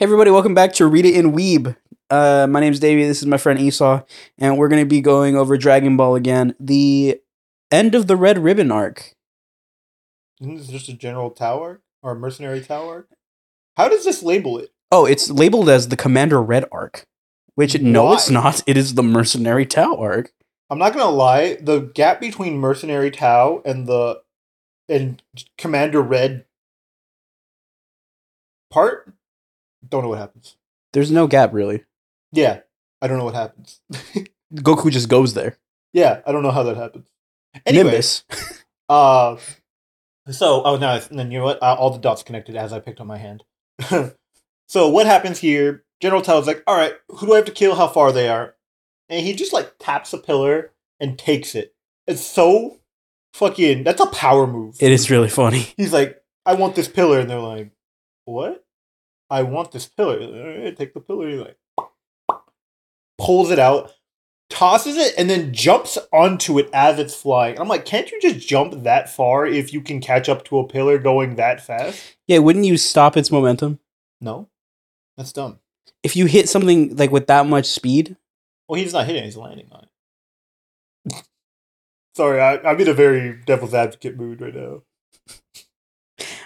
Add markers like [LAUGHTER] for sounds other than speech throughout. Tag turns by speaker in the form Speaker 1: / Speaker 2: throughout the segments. Speaker 1: everybody, welcome back to Read It in Weeb. Uh, my name's Davey. This is my friend Esau, and we're gonna be going over Dragon Ball again. The end of the Red Ribbon arc.
Speaker 2: Isn't this just a general tower or a mercenary tower? How does this label it?
Speaker 1: Oh, it's labeled as the Commander Red arc, which no,
Speaker 2: Why?
Speaker 1: it's not. It is the Mercenary Tau arc.
Speaker 2: I'm not gonna lie. The gap between mercenary Tau and the and Commander Red part, don't know what happens.
Speaker 1: There's no gap really.
Speaker 2: Yeah, I don't know what happens. [LAUGHS]
Speaker 1: Goku just goes there.
Speaker 2: Yeah, I don't know how that happens. Anyway,
Speaker 1: Nimbus.
Speaker 2: Uh, so oh no, and then you know what? Uh, all the dots connected as I picked on my hand. [LAUGHS] so what happens here? General Tao's like, all right, who do I have to kill? How far they are? And he just like taps a pillar and takes it. It's so fucking. That's a power move.
Speaker 1: It is really funny.
Speaker 2: He's like, I want this pillar, and they're like, what? I want this pillar. All right, take the pillar. He's like, pulls it out, tosses it, and then jumps onto it as it's flying. I'm like, can't you just jump that far if you can catch up to a pillar going that fast?
Speaker 1: Yeah, wouldn't you stop its momentum
Speaker 2: No, that's dumb.
Speaker 1: if you hit something like with that much speed?
Speaker 2: Well, he's not hitting; it, he's landing on it. [LAUGHS] Sorry, I, I'm in a very devil's advocate mood right now.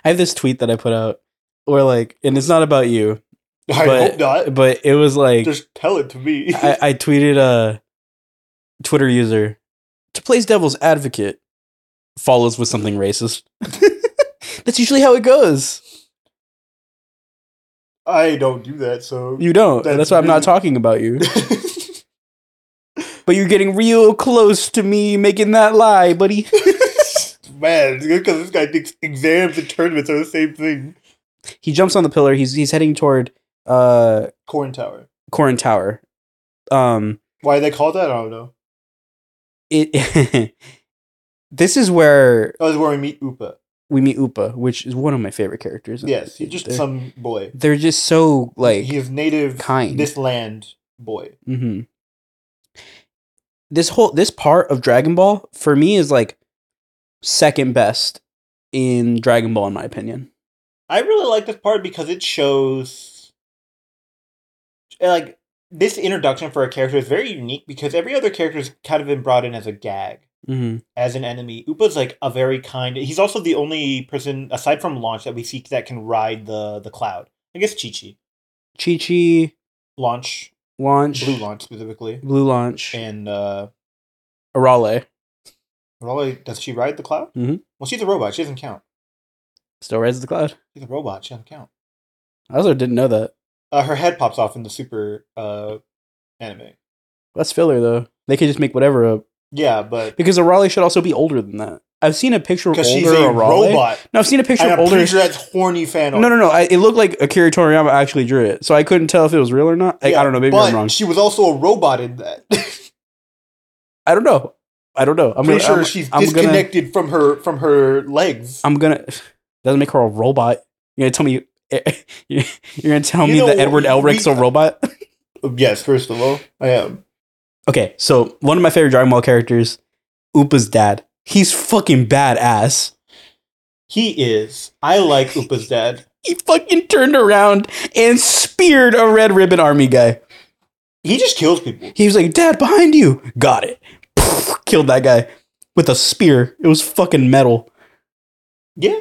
Speaker 1: I have this tweet that I put out where like, and it's not about you,
Speaker 2: I
Speaker 1: But-
Speaker 2: hope not.
Speaker 1: but it was [LAUGHS] like
Speaker 2: Just tell it to me.
Speaker 1: I, I tweeted a Twitter user to plays devil's advocate follows with something racist. [LAUGHS] That's usually how it goes.
Speaker 2: [LAUGHS] I don't do that, so
Speaker 1: You don't. That's,
Speaker 2: That's
Speaker 1: why I'm not
Speaker 2: really-
Speaker 1: talking about you.
Speaker 2: [LAUGHS]
Speaker 1: But you're getting real close to me making that lie, buddy.
Speaker 2: Man, because this guy thinks exams and tournaments are the same thing.
Speaker 1: he jumps on the pillar. He's he's heading toward uh
Speaker 2: Corn Tower.
Speaker 1: Corin Tower. Um
Speaker 2: Why they call that? I don't know.
Speaker 1: it [LAUGHS] This is where
Speaker 2: That was Oh, where we meet Upa.
Speaker 1: we meet Upa, which is one of my favorite characters.
Speaker 2: Yes, he's just
Speaker 1: they're,
Speaker 2: some boy.
Speaker 1: they're just so like
Speaker 2: he is native
Speaker 1: kind.
Speaker 2: this land boy.
Speaker 1: Mm-hmm. This whole this part of Dragon Ball for me is like second best in Dragon Ball in my opinion.
Speaker 2: I really like this part because it shows like this introduction for a character is very unique because every other character has kind of been brought in as a gag.
Speaker 1: Mm-hmm.
Speaker 2: as an enemy. Upa's like a very kind. He's also the only person aside from Launch that we see that can ride the the cloud. I guess Chi Chi,
Speaker 1: Chi Chi
Speaker 2: Launch,
Speaker 1: launch
Speaker 2: Blue Launch specifically,
Speaker 1: Blue launch
Speaker 2: and uh,
Speaker 1: Arale
Speaker 2: Raleigh. Does she ride the cloud?
Speaker 1: Mhm.
Speaker 2: Well, she's a robot. She doesn't count.
Speaker 1: still rides the cloud.
Speaker 2: She's a robot. She doesn't count.
Speaker 1: I also didn't know that.
Speaker 2: Uh, her head pops off in the super uh, anime.
Speaker 1: That's filler though. They could just make whatever up
Speaker 2: Yeah, but
Speaker 1: because Arale should also be older than that. I've seen a picture of older
Speaker 2: because she's a
Speaker 1: Arale.
Speaker 2: robot,
Speaker 1: No, I've seen a picture
Speaker 2: and
Speaker 1: of
Speaker 2: I'm
Speaker 1: older.
Speaker 2: pretty sure that's horny fan.
Speaker 1: No, no, no. I, it looked like Akira Toriyama actually drew it, so I couldn't tell if it was real or not. I, I don't know. Maybe
Speaker 2: but
Speaker 1: I'm wrong.
Speaker 2: She was also a robot in that. [LAUGHS]
Speaker 1: I don't know. I don't know. I'm
Speaker 2: I'm pretty
Speaker 1: gonna-
Speaker 2: sure
Speaker 1: I'm-
Speaker 2: she's
Speaker 1: I'm gonna-
Speaker 2: disconnected from her from her legs.
Speaker 1: I'm gonna doesn't make her a robot. You're gonna tell me [LAUGHS] you're gonna tell
Speaker 2: You
Speaker 1: me
Speaker 2: know
Speaker 1: that Edward
Speaker 2: what?
Speaker 1: Elric's a
Speaker 2: We-
Speaker 1: robot. [LAUGHS]
Speaker 2: Oh, Yes, first of all, I am.
Speaker 1: okay, so one of my favorite Dragon Ball characters, Upa's dad. He's fucking badass.
Speaker 2: He is. I like Upa's dad.
Speaker 1: He fucking turned around and speared a red ribbon army guy.
Speaker 2: He just kills people.
Speaker 1: He was like, "Dad, behind you!" Got it. [LAUGHS] Poof, Killed that guy with a spear. It was fucking metal. [LAUGHS]
Speaker 2: Yeah.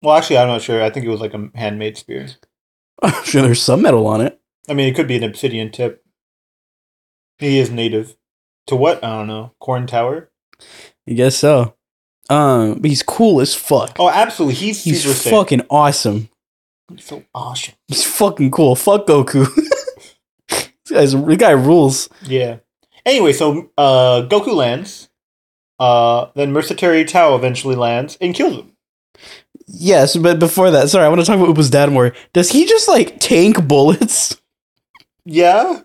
Speaker 2: Well, actually, I'm not sure. I think it was like a handmade spear.
Speaker 1: I'm sure there's some metal on it.
Speaker 2: I mean, it could be an obsidian tip. He is native. To what? I don't know. Corn Tower?
Speaker 1: I guess so. Um, but he's cool as fuck.
Speaker 2: Oh, absolutely. He's,
Speaker 1: he's
Speaker 2: super sick.
Speaker 1: fucking awesome.
Speaker 2: He's so awesome.
Speaker 1: He's fucking cool. Fuck Goku. [LAUGHS] this, guy's, this guy rules.
Speaker 2: Yeah. Anyway, so uh, Goku lands. Uh, then Mercenary Tao eventually lands and kills him.
Speaker 1: Yes, but before that, sorry, I want to talk about Upa's dad more. Does he just like tank bullets?
Speaker 2: Yeah.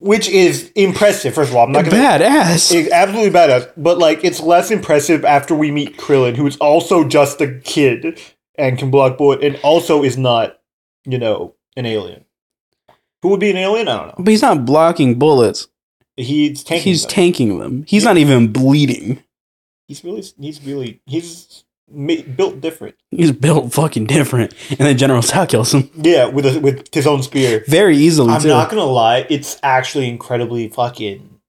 Speaker 2: Which is impressive, first of all. I'm not going to
Speaker 1: Badass.
Speaker 2: It's absolutely badass, but like it's less impressive after we meet Krillin, who is also just a kid and can block bullet, and also is not, you know, an alien. Who would be an alien? I don't know.
Speaker 1: but he's not blocking bullets.
Speaker 2: He's tanking.
Speaker 1: he's
Speaker 2: them.
Speaker 1: tanking them. He's not even bleeding.
Speaker 2: he's really he's really he's ma- built different.
Speaker 1: He's built fucking different. And then General Tao kills him
Speaker 2: Yeah, with a, with his own spear.
Speaker 1: very easily,
Speaker 2: I'm
Speaker 1: too.
Speaker 2: not gonna lie, it's actually incredibly fucking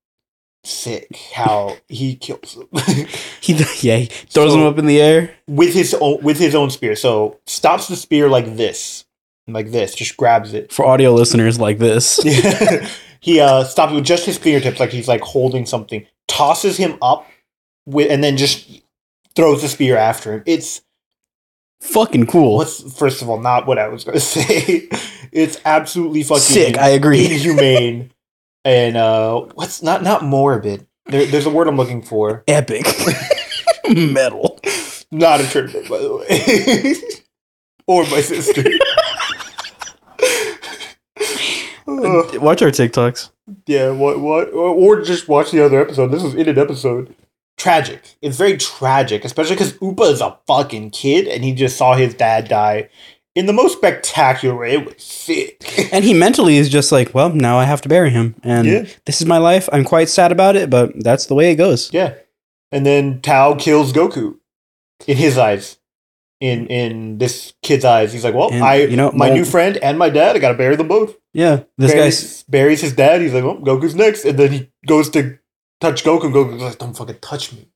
Speaker 2: sick how he kills him [LAUGHS]
Speaker 1: He, [LAUGHS] yeah, he throws
Speaker 2: So-
Speaker 1: him up in the air.
Speaker 2: with his own with his own spear. So stops the spear like this, like this, just grabs it. [LAUGHS]
Speaker 1: For audio listeners like this,
Speaker 2: he uh, stops with just his fingertips, like he's like holding something. Tosses him up, with, and then just throws the spear after him. It's
Speaker 1: fucking cool.
Speaker 2: what's first of all not what I was gonna [LAUGHS] say. it's absolutely fucking
Speaker 1: Sick, I
Speaker 2: [LAUGHS]
Speaker 1: agree.
Speaker 2: inhumane and uh what's not not morbid there, there's a word i'm looking for
Speaker 1: Epic. [LAUGHS] Metal.
Speaker 2: not a tournament by the way [LAUGHS] or my
Speaker 1: [LAUGHS]
Speaker 2: sister Uh,
Speaker 1: Watch our TikToks.
Speaker 2: yeah what what or just watch the other episode this was in an episode tragic it's very tragic especially because upa is a fucking kid and he just saw his dad die in the most spectacular way it was sick
Speaker 1: And he mentally is just like, well, now I have to bury him. And
Speaker 2: [LAUGHS] Yeah.
Speaker 1: this is my life. I'm quite sad about it, but that's the way it goes.
Speaker 2: Yeah. And then Tao kills Goku in his eyes. In in this kid's eyes. He's like, Well,
Speaker 1: And,
Speaker 2: I
Speaker 1: you know,
Speaker 2: my
Speaker 1: well-
Speaker 2: new friend and my dad, I gotta bury them both.
Speaker 1: Yeah. This guy's.
Speaker 2: buries, buries his dad, he's like, Well, Goku's next. And then he goes to touch Goku and Goku's like, Don't fucking touch me.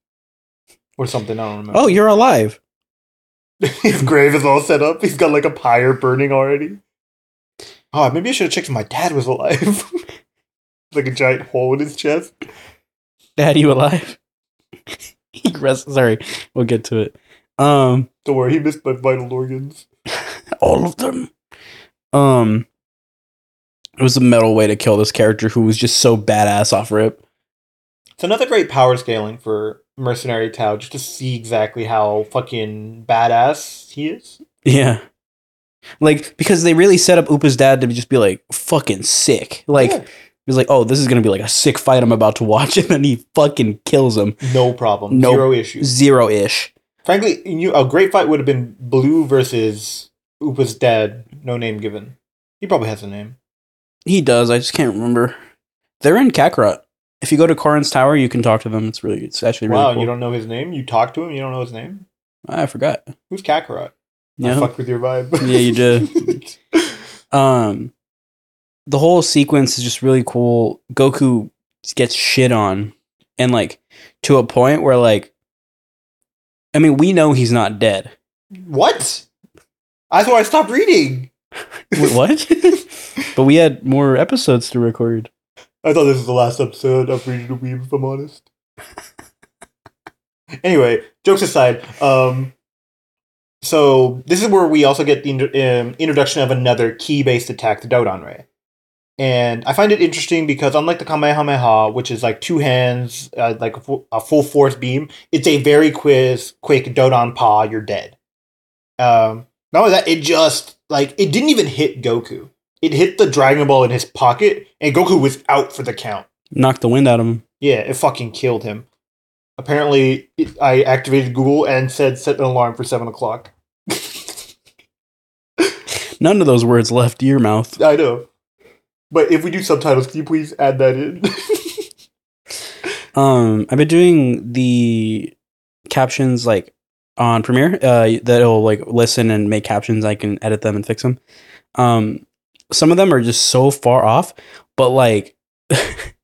Speaker 2: Or something, I don't remember.
Speaker 1: Oh, you're alive.
Speaker 2: [LAUGHS] his grave is all set up. He's got like a pyre burning already. Oh, maybe I should have checked if my dad was alive. [LAUGHS] like a giant hole in his chest.
Speaker 1: Dad, you alive? [LAUGHS] he rests. Sorry. We'll get to it. Um,
Speaker 2: Don't worry, he missed my vital organs.
Speaker 1: all of them. Um, it was a metal way to kill this character who was just so badass off rip.
Speaker 2: It's another great power scaling for Mercenary Tao, just to see exactly how fucking badass he is.
Speaker 1: Yeah. Like, because they really set up Upa's dad to just be like fucking sick. Like,
Speaker 2: Yeah.
Speaker 1: he was like, oh, this is going to be like a sick fight I'm about to watch. [LAUGHS] And then he fucking kills him.
Speaker 2: no problem,
Speaker 1: No.
Speaker 2: zero issues.
Speaker 1: Zero ish.
Speaker 2: Frankly, you, a great fight would have been Blue versus Upa's dad, no name given. He probably has a name.
Speaker 1: He does. I just can't remember. They're in Kakarot. If you go to Korin's Tower, you can talk to them. It's really, it's actually really
Speaker 2: wow,
Speaker 1: cool.
Speaker 2: you don't know his name? You talk to him, you don't know his name?
Speaker 1: I forgot.
Speaker 2: Who's Kakarot? I
Speaker 1: Yeah.
Speaker 2: fucked with your vibe.
Speaker 1: Yeah, you did. um, the whole sequence is just really cool. Goku gets shit on, and like to a point where like, I mean, we know he's not
Speaker 2: [LAUGHS]
Speaker 1: dead.
Speaker 2: [LAUGHS] what? That's why I stopped reading.
Speaker 1: Wait, what? [LAUGHS] but we had more episodes to record.
Speaker 2: I thought this was the last episode of Regional Weeb, if I'm honest. anyway, jokes aside, um, so this is where we also get the intro- um, introduction of another key based attack, the Dodon Ray. And I find it interesting because, unlike the Kamehameha, which is like two hands, uh, like a full, a full force beam, it's a very quiz, quick Dodon Pa, you're dead. Um, not only that, it just, like, it didn't even hit Goku it hit the Dragon Ball in his pocket, and Goku was out for the count.
Speaker 1: Knocked the wind out of him.
Speaker 2: Yeah, it fucking killed him. Apparently, it, I activated Google and said set an alarm for seven o'clock.
Speaker 1: None of those words left your mouth.
Speaker 2: I know, but if we do subtitles, can you please add that in? [LAUGHS]
Speaker 1: Um, I've been doing the captions like on Premiere. Uh, that'll like listen and make captions. I can edit them and fix them. Um, some of them are just so far off, but like [LAUGHS]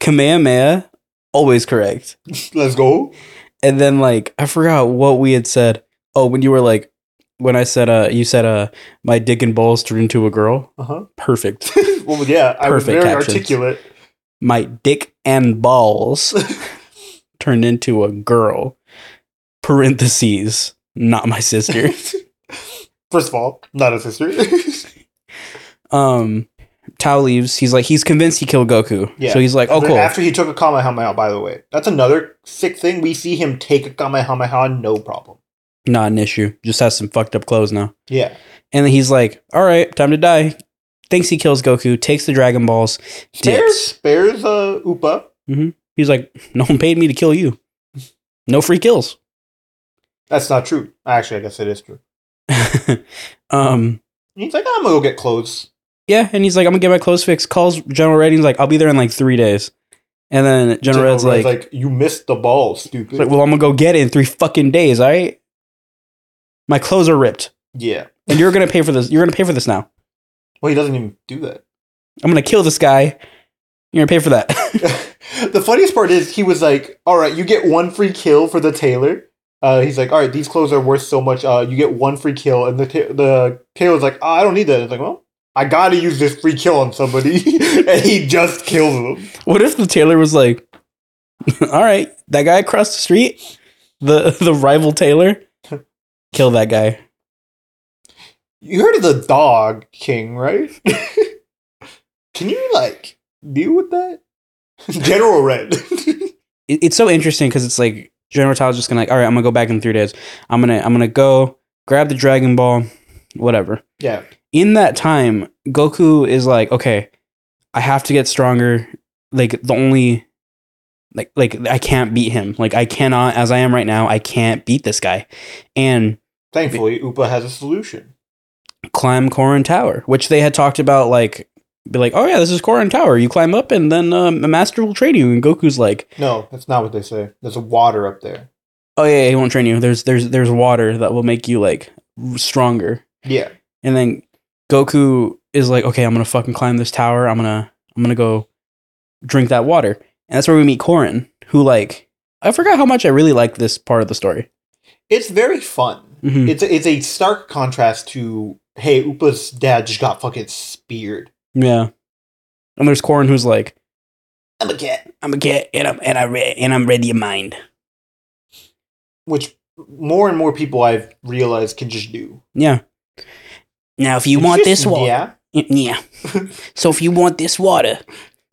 Speaker 1: Kamehameha, always correct.
Speaker 2: Let's go.
Speaker 1: And then like I forgot what we had said. Oh, when you were like, when I said uh, you said uh, my dick and balls turned into a girl.
Speaker 2: Uh huh.
Speaker 1: Perfect.
Speaker 2: [LAUGHS]
Speaker 1: [LAUGHS]
Speaker 2: Well, yeah, I was
Speaker 1: Perfect
Speaker 2: very
Speaker 1: captions. [LAUGHS]
Speaker 2: articulate.
Speaker 1: my dick and [LAUGHS] balls turned into a girl. Parentheses, not my [LAUGHS] sister.
Speaker 2: First of all, not a sister. [LAUGHS]
Speaker 1: um, Tao leaves. He's like he's convinced he killed Goku.
Speaker 2: Yeah.
Speaker 1: So he's like, oh cool.
Speaker 2: After he took a Kamehameha, by the way, that's another sick thing. We see him take a Kamehameha, no problem.
Speaker 1: not an issue. Just has some fucked up clothes now.
Speaker 2: Yeah.
Speaker 1: And then he's like, all right, time to die. Thinks he kills Goku. Takes the Dragon Balls.
Speaker 2: Spares,
Speaker 1: Dips.
Speaker 2: spares uh, Upa.
Speaker 1: He's like, [LAUGHS] no one paid me to kill you. No free kills. [LAUGHS]
Speaker 2: That's not true. Actually, I guess it is true.
Speaker 1: um,
Speaker 2: And he's like, I'm gonna go get clothes.
Speaker 1: Yeah, and he's like, I'm gonna get my clothes fixed. Calls General Red. He's like, I'll be there in like three days. And then General, Red's
Speaker 2: Red's
Speaker 1: like, like,
Speaker 2: you missed the ball, stupid.
Speaker 1: well, I'm gonna go get it in three fucking days. All right. My clothes are ripped,
Speaker 2: Yeah.
Speaker 1: and you're gonna pay for this. You're gonna pay for this now.
Speaker 2: Well, he doesn't even do that. [LAUGHS]
Speaker 1: I'm gonna kill this guy. You're gonna pay for that." [LAUGHS]
Speaker 2: the funniest part is he was like, "All right, you get one free kill for the tailor." Uh, he's like, "All right, these clothes are worth so much. Uh, you get one free kill." And the ta- the tailor's like, oh, "I don't need that." It's like, "Well, I gotta use this free kill on somebody," [LAUGHS] and he just kills them.
Speaker 1: what if the tailor was like, [LAUGHS] "All right, that guy across the street, the [LAUGHS] the rival tailor, kill that guy."
Speaker 2: You heard of the Dog King, right? [LAUGHS] Can you like deal with that, [LAUGHS] General Red? [LAUGHS]
Speaker 1: it, it's so interesting because it's like General Tao's just gonna like, all right, I'm gonna go back in three days. I'm gonna I'm gonna go grab the Dragon Ball, whatever.
Speaker 2: yeah,
Speaker 1: In that time, Goku is like, okay, I have to get stronger. Like the only like like I can't beat him. Like I cannot, as I am right now, I can't beat this guy. And
Speaker 2: thankfully, Upa has a solution.
Speaker 1: climb Korin Tower, which they had talked about like be like, oh yeah, this is Korin Tower. You climb up and then um, a master will train you. And Goku's like,
Speaker 2: No, that's not what they say. There's a water up there.
Speaker 1: oh yeah, he won't train you. There's there's there's water that will make you like stronger.
Speaker 2: Yeah,
Speaker 1: And then Goku is like, okay, I'm gonna fucking climb this tower. I'm gonna I'm gonna go drink that water. And that's where we meet Korin, who like I forgot how much I really liked this part of the story.
Speaker 2: it's very fun.
Speaker 1: Mhm.
Speaker 2: It's a, it's a stark contrast to hey, Upa's dad just got fucking speared.
Speaker 1: Yeah. And there's Korin who's like,
Speaker 2: I'm a cat.
Speaker 1: I'm a cat and I'm and I re- and I'm ready in mind.
Speaker 2: Which more and more people I've realized can just do.
Speaker 1: Yeah. Now if you
Speaker 2: It's
Speaker 1: want
Speaker 2: just-
Speaker 1: this water,
Speaker 2: Yeah.
Speaker 1: yeah. so if you want this water,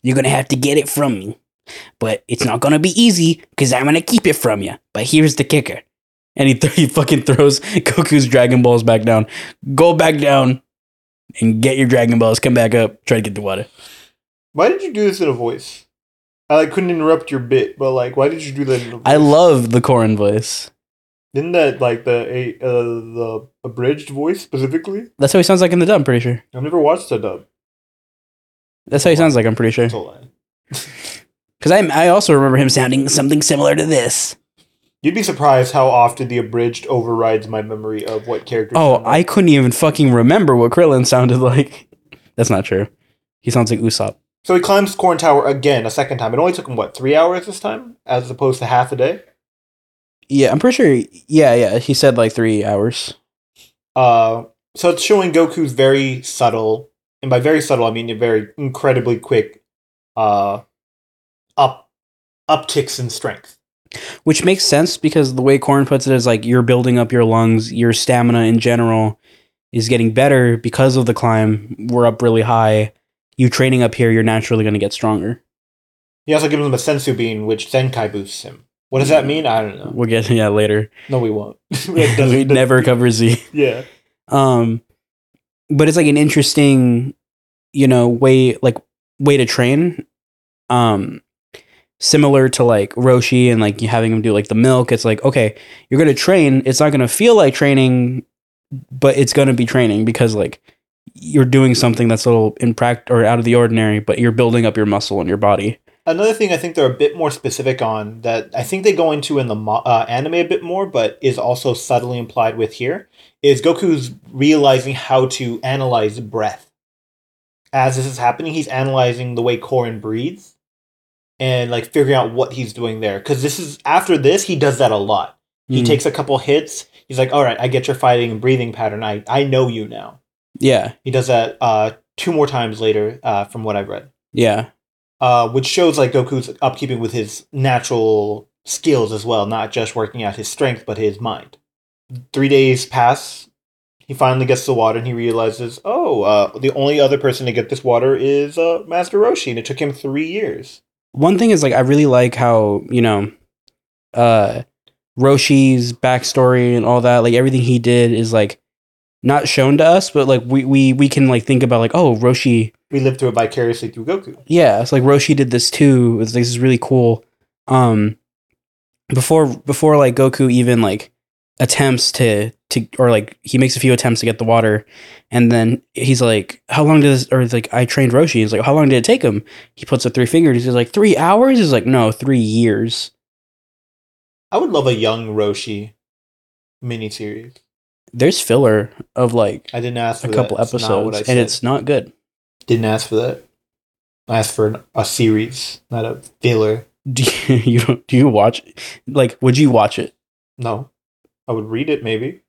Speaker 1: you're gonna have to get it from me. But it's not gonna be easy because I'm gonna keep it from you. But here's the kicker. And he, th- he fucking throws [LAUGHS] Goku's Dragon Balls back down. Go back down and get your Dragon Balls. Come back up. Try to get the water.
Speaker 2: Why did you do this in a voice? I like couldn't interrupt your bit, but like, why did you do that? In a voice?
Speaker 1: I love the Korin voice.
Speaker 2: Isn't that like the a uh, the abridged voice specifically?
Speaker 1: That's how he sounds like in the dub, I'm pretty sure.
Speaker 2: I've never watched the dub.
Speaker 1: That's how he sounds like, I'm pretty sure.
Speaker 2: That's a lie.
Speaker 1: Because I, I also remember him sounding something similar to this.
Speaker 2: You'd be surprised how often the abridged overrides my memory of what characters.
Speaker 1: Oh,
Speaker 2: sound like.
Speaker 1: I couldn't even fucking remember what Krillin sounded [LAUGHS] like. That's not true. He sounds like Usopp.
Speaker 2: So he climbs Corn Tower again a second time. It only took him what three hours this time, as opposed to half a day.
Speaker 1: Yeah, I'm pretty sure. Yeah, yeah. He said like three hours.
Speaker 2: Uh, so it's showing Goku's very subtle, and by very subtle I mean a very incredibly quick, uh, up upticks in strength.
Speaker 1: Which makes sense because the way Corn puts it is like you're building up your lungs, your stamina in general is getting better because of the climb. We're up really high. You training up here, you're naturally going to get stronger.
Speaker 2: He also gives him a sensu bean, which Zenkai boosts him. What does that mean? I don't know.
Speaker 1: We'll get [LAUGHS] to that later.
Speaker 2: No, we won't. [LAUGHS] It doesn't-
Speaker 1: we [LAUGHS] never cover Z.
Speaker 2: Yeah.
Speaker 1: um but it's like an interesting you know way like way to train um similar to like roshi and like you having him do like the milk it's like okay you're gonna train it's not gonna feel like training but it's gonna be training because like you're doing something that's a little impract or out of the ordinary but you're building up your muscle in your body
Speaker 2: Another thing I think they're a bit more specific on that I think they go into in the mo- uh, anime a bit more, but is also subtly implied with here is Goku's realizing how to analyze breath. As this is happening, he's analyzing the way Korin breathes and like figuring out what he's doing there. Because this is after this, he does that a lot. He
Speaker 1: Mm.
Speaker 2: takes a couple hits. He's like, "All right, I get your fighting and breathing pattern. I I know you now."
Speaker 1: yeah
Speaker 2: He does that uh, two more times later, uh, from what I've read
Speaker 1: yeah
Speaker 2: uh, which shows like Goku's upkeeping with his natural skills as well, not just working out his strength but his mind. Three days pass. He finally gets the water and he realizes, oh, uh, the only other person to get this water is uh, Master Roshi, and it took him three years.
Speaker 1: one thing is like I really like how you know, uh, Roshi's backstory and all that. Like everything he did is like not shown to us, but like we we we can like think about like oh Roshi,
Speaker 2: We live through it vicariously through Goku.
Speaker 1: yeah, it's like Roshi did this too. It's, this is really cool. Um, before before like Goku even like attempts to to or like he makes a few attempts to get the water and then he's like how long did this or like i trained roshi he's like how long did it take him he puts up three fingers he's like three hours he's like no three years
Speaker 2: I would love a young Roshi miniseries.
Speaker 1: there's filler of like
Speaker 2: I didn't ask for
Speaker 1: a
Speaker 2: that.
Speaker 1: couple
Speaker 2: It's not what
Speaker 1: episodes,
Speaker 2: I
Speaker 1: and
Speaker 2: said.
Speaker 1: it's not good. [LAUGHS]
Speaker 2: didn't ask for that. I asked for an, a series, not a filler.
Speaker 1: Do you, you don't- do you watch? Like, would you watch it?
Speaker 2: No, I would read it maybe.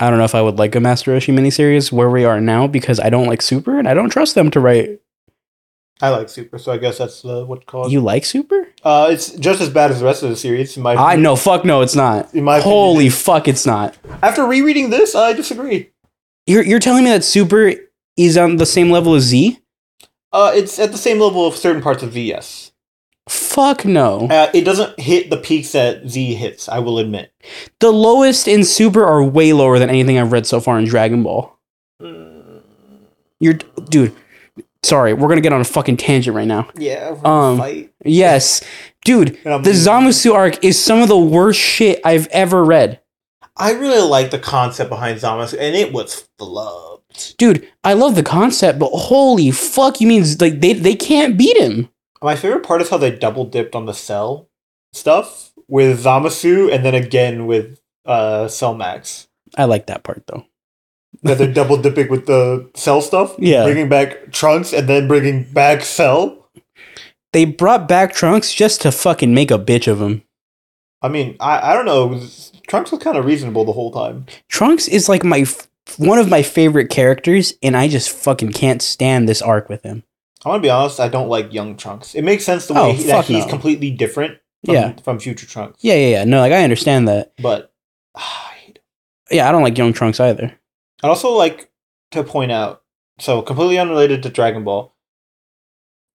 Speaker 1: I don't know if I would like a Master Roshi miniseries where we are now because I don't like Super and I don't trust them to write.
Speaker 2: I like Super, so I guess that's uh, what caused.
Speaker 1: You like Super?
Speaker 2: uh, it's just as bad as the rest of the series. In my
Speaker 1: I know. Fuck no, it's not.
Speaker 2: In my
Speaker 1: Holy fuck, it's not.
Speaker 2: opinion. after rereading this, I disagree.
Speaker 1: You're you're telling me that Super is on the same level as Z?
Speaker 2: Uh, it's at the same level of certain parts of V. Yes,
Speaker 1: Fuck no.
Speaker 2: uh, it doesn't hit the peaks that Z hits. I will admit.
Speaker 1: The lowest in Super are way lower than anything I've read so far in Dragon Ball. You're dude. Sorry, we're gonna get on a fucking tangent right now.
Speaker 2: Yeah. we're gonna
Speaker 1: Um,
Speaker 2: fight.
Speaker 1: Yes, dude.
Speaker 2: And I'm-
Speaker 1: The Zamasu arc is some of the worst shit I've ever read.
Speaker 2: I really like the concept behind Zamasu, and it was flubbed.
Speaker 1: Dude, I love the concept, but holy fuck, you mean like they they can't beat him?
Speaker 2: My favorite part is how they double dipped on the cell stuff with Zamasu, and then again with uh, Cell Max.
Speaker 1: I like that part though. [LAUGHS]
Speaker 2: That they're double dipping with the cell stuff,
Speaker 1: Yeah.
Speaker 2: bringing back Trunks, and then bringing back Cell.
Speaker 1: They brought back Trunks just to fucking make a bitch of him.
Speaker 2: I mean, I, I don't know. Trunks was kind of reasonable the whole time.
Speaker 1: Trunks is like my f- one of my favorite characters, and I just fucking can't stand this arc with him.
Speaker 2: I'm gonna be honest. I don't like young Trunks. It makes sense the way
Speaker 1: Oh,
Speaker 2: he, that
Speaker 1: fuck
Speaker 2: he's
Speaker 1: no.
Speaker 2: completely different. From,
Speaker 1: Yeah.
Speaker 2: from future Trunks,
Speaker 1: Yeah, yeah, yeah. No, like I understand that.
Speaker 2: but [SIGHS] ah, I hate
Speaker 1: Yeah, I don't like young Trunks either.
Speaker 2: I'd also like to point out, so completely unrelated to Dragon Ball,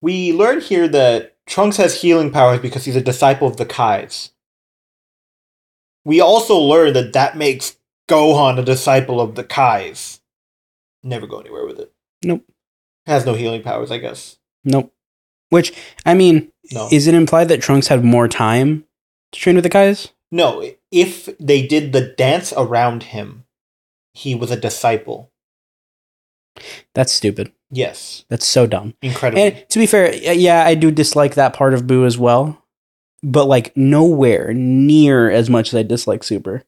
Speaker 2: we learn here that Trunks has healing powers because he's a disciple of the Kais. We also learn that that makes Gohan a disciple of the Kais. Never go anywhere with it.
Speaker 1: Nope.
Speaker 2: Has no healing powers, I guess.
Speaker 1: Nope. Which I mean,
Speaker 2: No.
Speaker 1: Is it implied that Trunks had more time to train with the guys?
Speaker 2: no, if they did the dance around him, he was a disciple.
Speaker 1: That's stupid.
Speaker 2: Yes.
Speaker 1: That's so dumb.
Speaker 2: Incredible.
Speaker 1: And to be fair, y- yeah, I do dislike that part of Boo as well. But like nowhere near as much as I dislike Super.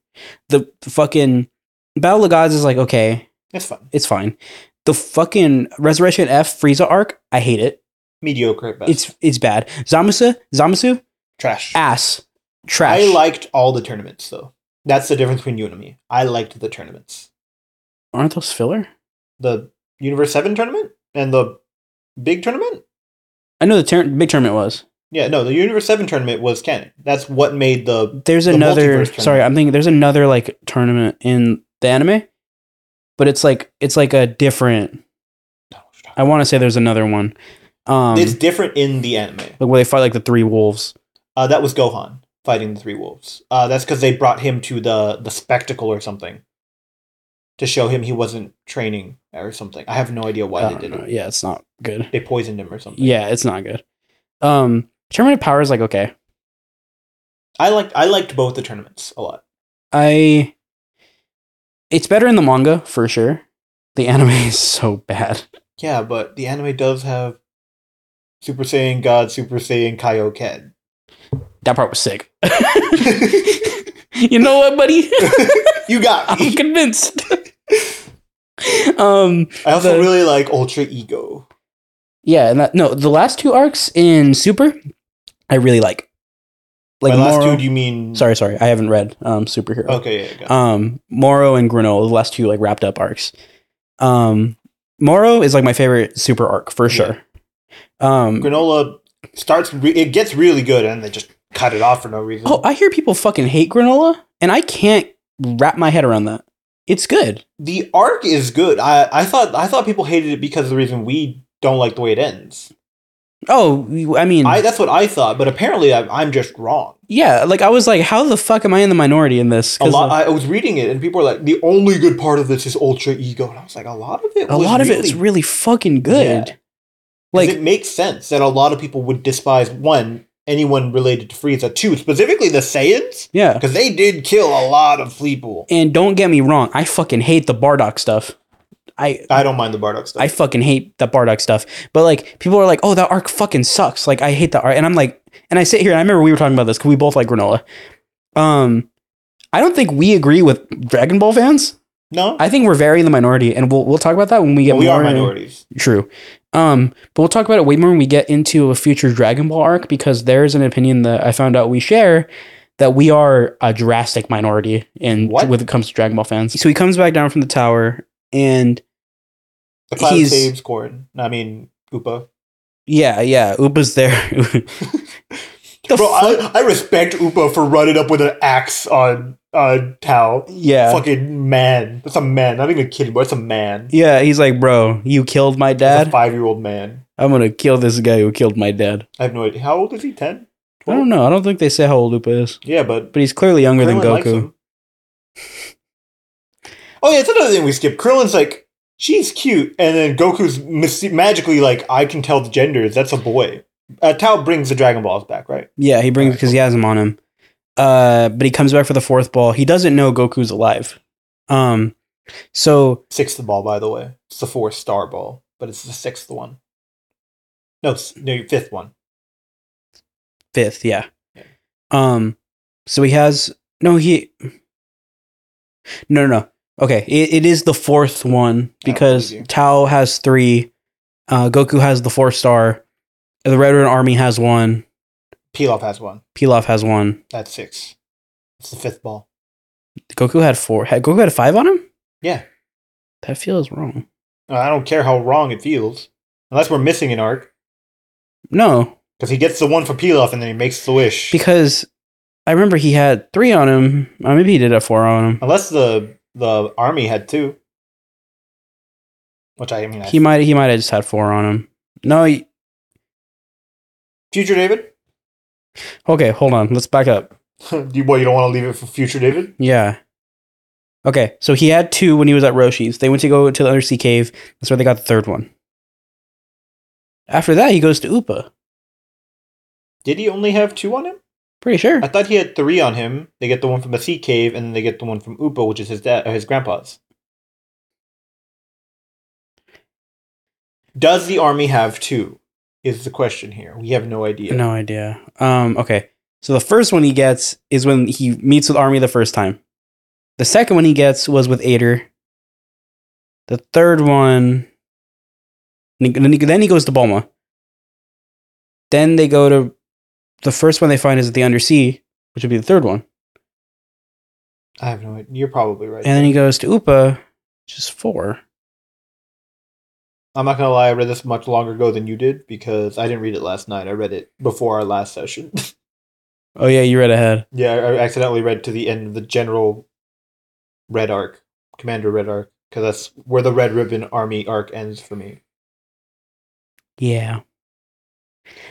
Speaker 1: The fucking Battle of the Gods is like okay,
Speaker 2: it's fun.
Speaker 1: it's fine. The fucking Resurrection F Frieza arc, I hate it.
Speaker 2: Mediocre at best.
Speaker 1: It's it's bad. Zamasu, Zamasu,
Speaker 2: trash.
Speaker 1: ass, trash.
Speaker 2: I liked all the tournaments though. That's the difference between you and me. I liked the tournaments.
Speaker 1: Aren't those filler?
Speaker 2: The Universe 7 tournament and the big tournament?
Speaker 1: I know the tur- big tournament was.
Speaker 2: Yeah, no, the Universe 7 tournament was canon. That's what made the
Speaker 1: there's
Speaker 2: the
Speaker 1: another
Speaker 2: multiverse
Speaker 1: sorry i'm thinking there's another like tournament in the anime but it's like it's like a different i want to say there's another one um
Speaker 2: It's different in the anime.
Speaker 1: like where they fight like the three wolves
Speaker 2: Uh, that was Gohan fighting the three wolves. Uh, that's cuz they brought him to the the spectacle or something to show him he wasn't training or something. I have no idea why
Speaker 1: I
Speaker 2: they
Speaker 1: don't
Speaker 2: did
Speaker 1: know.
Speaker 2: it.
Speaker 1: yeah it's not good
Speaker 2: They poisoned him or something.
Speaker 1: Um, yeah it's not good um tournament of power is like okay
Speaker 2: I liked I liked both the tournaments a lot.
Speaker 1: i it's better in the manga for sure the anime [LAUGHS] is so bad
Speaker 2: Yeah, but the anime does have Super Saiyan God, Super Saiyan Kaioken.
Speaker 1: that part was sick [LAUGHS] you know what buddy [LAUGHS]
Speaker 2: you got
Speaker 1: i'm
Speaker 2: [LAUGHS] me.
Speaker 1: convinced [LAUGHS] um
Speaker 2: I also
Speaker 1: the-
Speaker 2: really like Ultra Ego.
Speaker 1: Yeah, and that no, the last two arcs in Super, I really like. Like
Speaker 2: By last
Speaker 1: Moro,
Speaker 2: two, do you mean?
Speaker 1: sorry, sorry, I haven't read um Superhero.
Speaker 2: Okay. Yeah. Got
Speaker 1: Um, Moro and Granola, the last two like wrapped up arcs. Um, Moro is like my favorite Super arc for
Speaker 2: Yeah.
Speaker 1: sure. Um,
Speaker 2: it. Granola starts. Re- it gets really good, and they just cut it off for no reason.
Speaker 1: oh, I hear people fucking hate Granola, and I can't wrap my head around that. It's good.
Speaker 2: the arc is good. I I thought I thought people hated it because of the reason we don't like the way it ends.
Speaker 1: Oh, you- I mean,
Speaker 2: I that's what I thought, but apparently I, I'm just wrong.
Speaker 1: yeah, like I was like, how the fuck am I in the minority in this?
Speaker 2: A
Speaker 1: 'Cause,
Speaker 2: lot.
Speaker 1: like,
Speaker 2: I was reading it, and people were like, "The only good part of this is Ultra Ego," and I was like, "A lot of it.
Speaker 1: a
Speaker 2: was
Speaker 1: lot of
Speaker 2: really
Speaker 1: it's really fucking good.
Speaker 2: Yeah.
Speaker 1: Like,
Speaker 2: it makes sense that a lot of people would despise one anyone related to Frieza, two specifically the Saiyans
Speaker 1: yeah.
Speaker 2: because they did kill a lot of people.
Speaker 1: And don't get me wrong, I fucking hate the Bardock stuff. I
Speaker 2: I don't mind the Bardock stuff.
Speaker 1: I fucking hate the Bardock stuff. But like people are like, "Oh, that arc fucking sucks." Like I hate that arc. And I'm like, and I sit here and I remember we were talking about this cuz we both like granola. Um I don't think we agree with Dragon Ball fans.
Speaker 2: No,
Speaker 1: I think we're very in the minority, and we'll we'll talk about that when we get
Speaker 2: we
Speaker 1: more.
Speaker 2: are
Speaker 1: in-
Speaker 2: minorities.
Speaker 1: True. Um, but we'll talk about it way more when we get into a future Dragon Ball arc because there is an opinion that I found out we share that we are a drastic minority in
Speaker 2: What?
Speaker 1: when it comes to Dragon Ball fans. So he comes back down from the tower and
Speaker 2: The cloud
Speaker 1: He's-
Speaker 2: saves Corrin. I mean, Upa.
Speaker 1: yeah, yeah, Upa's there. [LAUGHS] The
Speaker 2: Bro,
Speaker 1: fuck?
Speaker 2: I, I respect Upa for running up with an axe on uh, Tao.
Speaker 1: yeah.
Speaker 2: Fucking man. That's a man. Not even a kid, bro. That's a man.
Speaker 1: Yeah, he's like, bro, you killed my
Speaker 2: That's a
Speaker 1: dad.
Speaker 2: five year old man.
Speaker 1: I'm gonna kill this guy who killed my dad.
Speaker 2: I have no idea. How old is he? 10?
Speaker 1: I don't know. I don't think they say how old Upa is,
Speaker 2: Yeah, but.
Speaker 1: but he's clearly younger than
Speaker 2: Krillin likes
Speaker 1: Goku.
Speaker 2: him. oh, yeah, it's another thing we skipped. Krillin's like, she's cute. And then Goku's mis- magically like, I can tell the genders. That's a boy. Uh, Tao brings the Dragon Balls back, right?
Speaker 1: Yeah, he brings because he has him on him. Uh, but he comes back for the fourth ball. He doesn't know Goku's alive. Um, so
Speaker 2: Sixth ball, by the way. It's the fourth star ball, but it's the sixth one. No, s- no, fifth one.
Speaker 1: fifth, yeah.
Speaker 2: Yeah.
Speaker 1: Um, so he has no he. No, no, no. Okay, it, it is the fourth one because
Speaker 2: easy.
Speaker 1: Tao has three. Uh, Goku has the four star. The Red Ribbon Army has one.
Speaker 2: Pilaf has one.
Speaker 1: Pilaf has one.
Speaker 2: That's six. It's the fifth ball.
Speaker 1: Goku had four. Had Goku had five on him?
Speaker 2: Yeah.
Speaker 1: That feels wrong.
Speaker 2: I don't care how wrong it feels, unless we're missing an arc,
Speaker 1: No,
Speaker 2: because he gets the one for Pilaf and then he makes the wish.
Speaker 1: because I remember he had three on him. Or maybe he did have four on him.
Speaker 2: unless the the army had two, which I mean, I-
Speaker 1: He might. He might have just had four on him. No. he-
Speaker 2: future David.
Speaker 1: okay, hold on. Let's back up.
Speaker 2: Do [LAUGHS] you, what you don't want to leave it for future David?
Speaker 1: Yeah. Okay, so he had two when he was at Roshi's. They went to go to the undersea cave. That's where they got the third one. After that, he goes to Upa.
Speaker 2: Did he only have two on him?
Speaker 1: Pretty sure.
Speaker 2: I thought he had three on him. They get the one from the sea cave, and then they get the one from Upa, which is his dad, uh, his grandpa's. Does the army have two? Is the question here? We have no idea.
Speaker 1: No idea. Um, okay. So the first one he gets is when he meets with Army the first time. The second one he gets was with Ader. The third one. Then he then he goes to Bulma. Then they go to. The first one they find is at the Undersea, which would be the third one.
Speaker 2: I have no idea. You're probably right.
Speaker 1: And then he goes to Upa, which is four.
Speaker 2: I'm not gonna lie. I read this much longer ago than you did because I didn't read it last night. I read it before our last session.
Speaker 1: Oh, yeah, you read ahead.
Speaker 2: yeah, I I accidentally read to the end of the general red arc, Commander Red arc, because that's where the Red Ribbon Army arc ends for me.
Speaker 1: Yeah.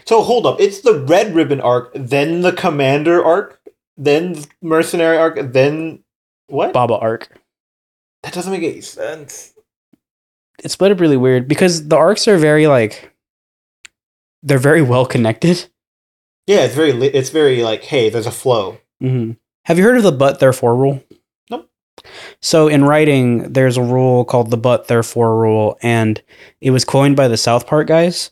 Speaker 2: So hold up, it's the Red Ribbon arc, then the Commander arc, then the Mercenary arc, then what?
Speaker 1: Baba arc.
Speaker 2: That doesn't make any sense.
Speaker 1: it's split up really weird because the arcs are very like they're very well connected.
Speaker 2: Yeah, it's very li- it's very like, hey, there's a flow.
Speaker 1: Mm-hmm. Have you heard of the but therefore rule?
Speaker 2: Nope.
Speaker 1: So in writing, there's a rule called the but therefore rule, and it was coined by the South Park guys.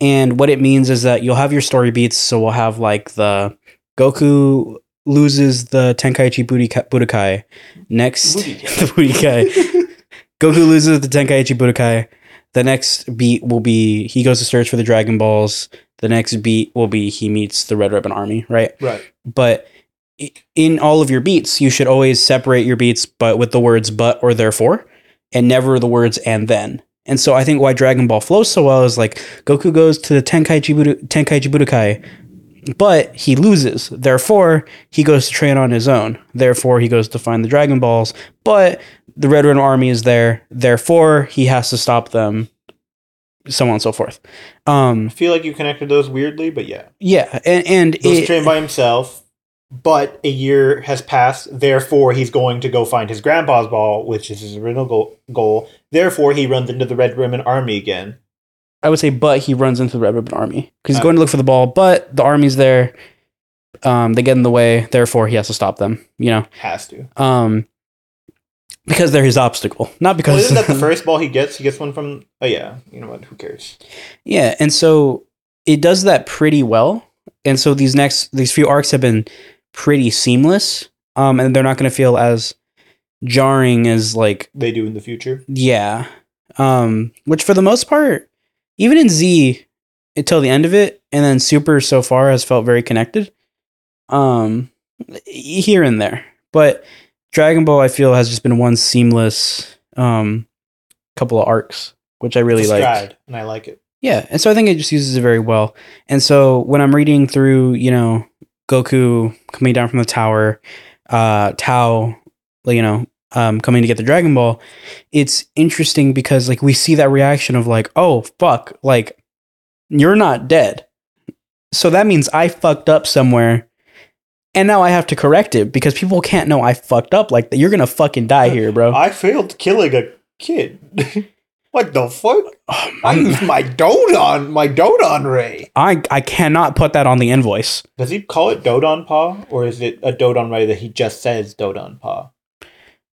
Speaker 1: And what it means is that you'll have your story beats. So we'll have like the Goku loses the Tenkaichi Budokai. Budokai. Next, [LAUGHS]
Speaker 2: Budokai.
Speaker 1: the Budokai. Goku loses the Tenkaichi Budokai. The next beat will be he goes to search for the Dragon Balls. The next beat will be he meets the Red Ribbon Army, right?
Speaker 2: right.
Speaker 1: But i- in all of your beats, you should always separate your beats, but with the words "but" or "therefore," and never the words "and then." And so I think why Dragon Ball flows so well is like Goku goes to the Tenkaichi, Budo- Tenkaichi Budokai, but he loses. Therefore, he goes to train on his own. Therefore, he goes to find the Dragon Balls, but the Red Ribbon Army is there. Therefore, he has to stop them. So on and so forth. Um,
Speaker 2: I feel like you connected those weirdly, but yeah.
Speaker 1: yeah, and, and
Speaker 2: He was
Speaker 1: it-
Speaker 2: trained by himself, but a year has passed. Therefore, he's going to go find his grandpa's ball, which is his original goal. goal. Therefore, he runs into the Red Ribbon Army again.
Speaker 1: I would say, but he runs into the Red Ribbon Army because he's
Speaker 2: Uh.
Speaker 1: going to look for the ball, but the army's there. Um, they get in the way, therefore he has to stop them. You know,
Speaker 2: Has to.
Speaker 1: um, because they're his obstacle, not
Speaker 2: Well,
Speaker 1: because
Speaker 2: isn't [LAUGHS] that the first ball he gets? He gets one from. Oh yeah. You know what? Who cares?
Speaker 1: [LAUGHS] yeah. And so it does that pretty well. And so these next these few arcs have been pretty seamless, um, and they're not going to feel as jarring as like
Speaker 2: They do in the future.
Speaker 1: yeah, um, which for the most part, even in Z until the end of it, and then Super so far has felt very connected, um, here and there. But Dragon Ball, I feel, has just been one seamless um, couple of arcs, which I really
Speaker 2: It's
Speaker 1: like.
Speaker 2: tried, and I like it.
Speaker 1: Yeah, and so I think it just uses it very well. And so when I'm reading through, you know, Goku coming down from the tower, uh, Tao, like, you know, um, coming to get the Dragon Ball, it's interesting because like we see that reaction of like, oh fuck, like you're not dead, so that means I fucked up somewhere, and now I have to correct it because people can't know I fucked up like that. You're gonna fucking die here,
Speaker 2: [LAUGHS]
Speaker 1: bro.
Speaker 2: I failed killing a kid. [LAUGHS] what the fuck?
Speaker 1: Oh,
Speaker 2: I
Speaker 1: I'm-
Speaker 2: [LAUGHS] used my Dodon, my Dodon ray.
Speaker 1: I I cannot put that on the invoice.
Speaker 2: Does he call it Dodon Paw, or is it a Dodon ray that he just says Dodon Paw?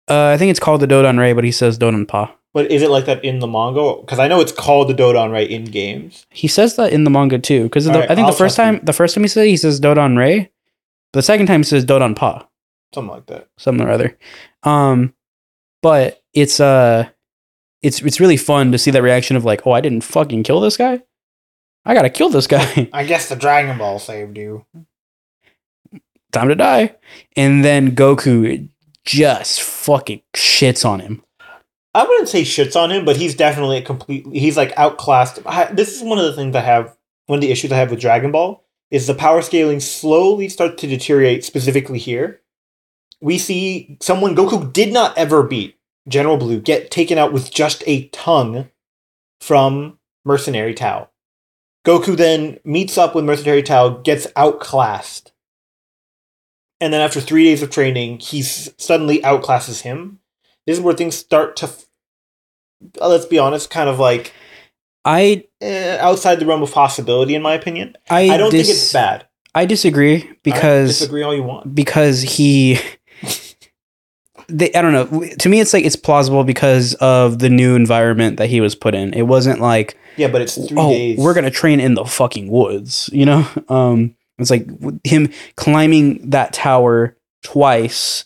Speaker 1: Uh, I think it's called the Dodon Ray, but he says Dodon Pa.
Speaker 2: But is it like that in the manga? Because I know it's called the Dodon ray in games.
Speaker 1: He says that in the manga too, because
Speaker 2: Alright,
Speaker 1: I think
Speaker 2: I'll
Speaker 1: the first
Speaker 2: trust
Speaker 1: time
Speaker 2: you.
Speaker 1: the first time he said it, he says Dodon Ray, the second time he says Dodon Pa,
Speaker 2: Something like that.
Speaker 1: something or other. Um, but it's uh, it's it's really fun to see that reaction of like, oh, I didn't fucking kill this guy. I gotta kill this guy. [LAUGHS]
Speaker 2: I guess the Dragon Ball saved you.
Speaker 1: time to die. And then Goku just fucking shits on him.
Speaker 2: I wouldn't say shits on him, but he's definitely a completely he's like outclassed. I, this is one of the things I have one of the issues I have with Dragon Ball is the power scaling slowly starts to deteriorate specifically here. We see someone Goku did not ever beat, General Blue, get taken out with just a tongue from Mercenary Tao. Goku then meets up with Mercenary Tao, gets outclassed. And then after three days of training, he s- suddenly outclasses him. This is where things start to uh, let's be honest, kind of like
Speaker 1: I
Speaker 2: eh, outside the realm of possibility, in my opinion.
Speaker 1: I,
Speaker 2: I don't think
Speaker 1: dis-
Speaker 2: it's bad.
Speaker 1: I disagree
Speaker 2: I
Speaker 1: because
Speaker 2: disagree all you want.
Speaker 1: because he they, i don't know to me it's like it's plausible because of the new environment that he was put in it wasn't like
Speaker 2: Yeah, but it's three
Speaker 1: oh
Speaker 2: days.
Speaker 1: we're gonna train in the fucking woods you know [LAUGHS] um it's like w- him climbing that tower twice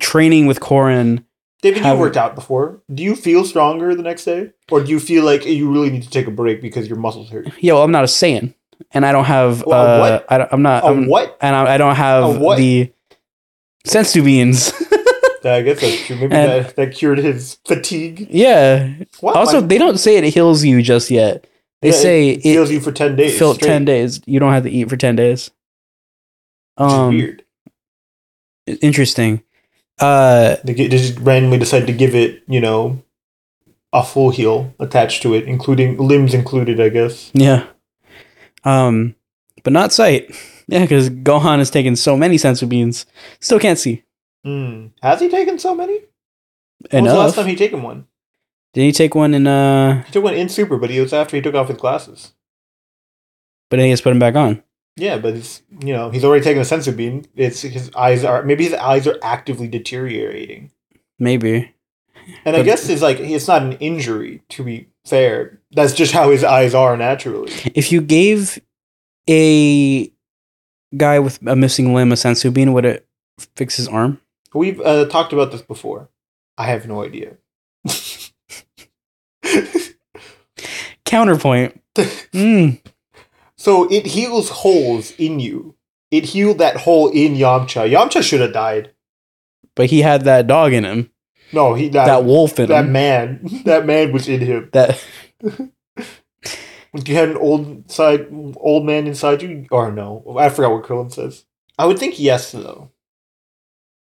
Speaker 1: training with Korin.
Speaker 2: David, you
Speaker 1: have-
Speaker 2: worked out before. Do you feel stronger the next day, or do you feel like you really need to take a break because your muscles hurt?
Speaker 1: yo i'm not a saiyan and i don't have
Speaker 2: Well, a
Speaker 1: uh,
Speaker 2: what?
Speaker 1: I don't, i'm not
Speaker 2: Oh,
Speaker 1: I'm-
Speaker 2: what?
Speaker 1: and I, I don't have
Speaker 2: A what?
Speaker 1: the sensu beans [LAUGHS]
Speaker 2: I guess that's true. Maybe
Speaker 1: And-
Speaker 2: that, that cured his fatigue.
Speaker 1: yeah
Speaker 2: What?
Speaker 1: also
Speaker 2: My-
Speaker 1: they don't say it heals you just yet they
Speaker 2: Yeah,
Speaker 1: say
Speaker 2: it, heals you for ten days.
Speaker 1: Fill
Speaker 2: straight,
Speaker 1: ten days. You don't have to eat for ten days.
Speaker 2: which is
Speaker 1: Um,
Speaker 2: weird.
Speaker 1: interesting. Uh,
Speaker 2: They get- they just randomly decide to give it, you know, a full heal attached to it, including limbs included, I guess.
Speaker 1: yeah. Um, but not sight. [LAUGHS] Yeah, because Gohan has taken so many sensu beans, still can't see
Speaker 2: Hmm. Has he taken so many? When was the
Speaker 1: enough.
Speaker 2: last time he taken one?
Speaker 1: Did he take one in? Uh,
Speaker 2: He took one in Super, but it was after he took off his glasses.
Speaker 1: but then he has put him back on.
Speaker 2: Yeah, but it's you know he's already taken a sensu beam. It's his eyes are maybe his eyes are actively deteriorating,
Speaker 1: Maybe.
Speaker 2: and I
Speaker 1: But-
Speaker 2: guess it's like it's not an injury to be fair. That's just how his eyes are naturally.
Speaker 1: If you gave a guy with a missing limb a sensu bean, would it fix his arm?
Speaker 2: We've uh, talked about this before. I have no idea. [LAUGHS]
Speaker 1: Counterpoint. Mm.
Speaker 2: So it heals holes in you. It healed that hole in Yamcha. Yamcha should have died.
Speaker 1: But he had that dog in him,
Speaker 2: No, he that
Speaker 1: that wolf in
Speaker 2: that
Speaker 1: him,
Speaker 2: man [LAUGHS] that man was in him.
Speaker 1: that
Speaker 2: If you had an old side old man inside you, or no, I forgot what Krillin says. I would think yes though.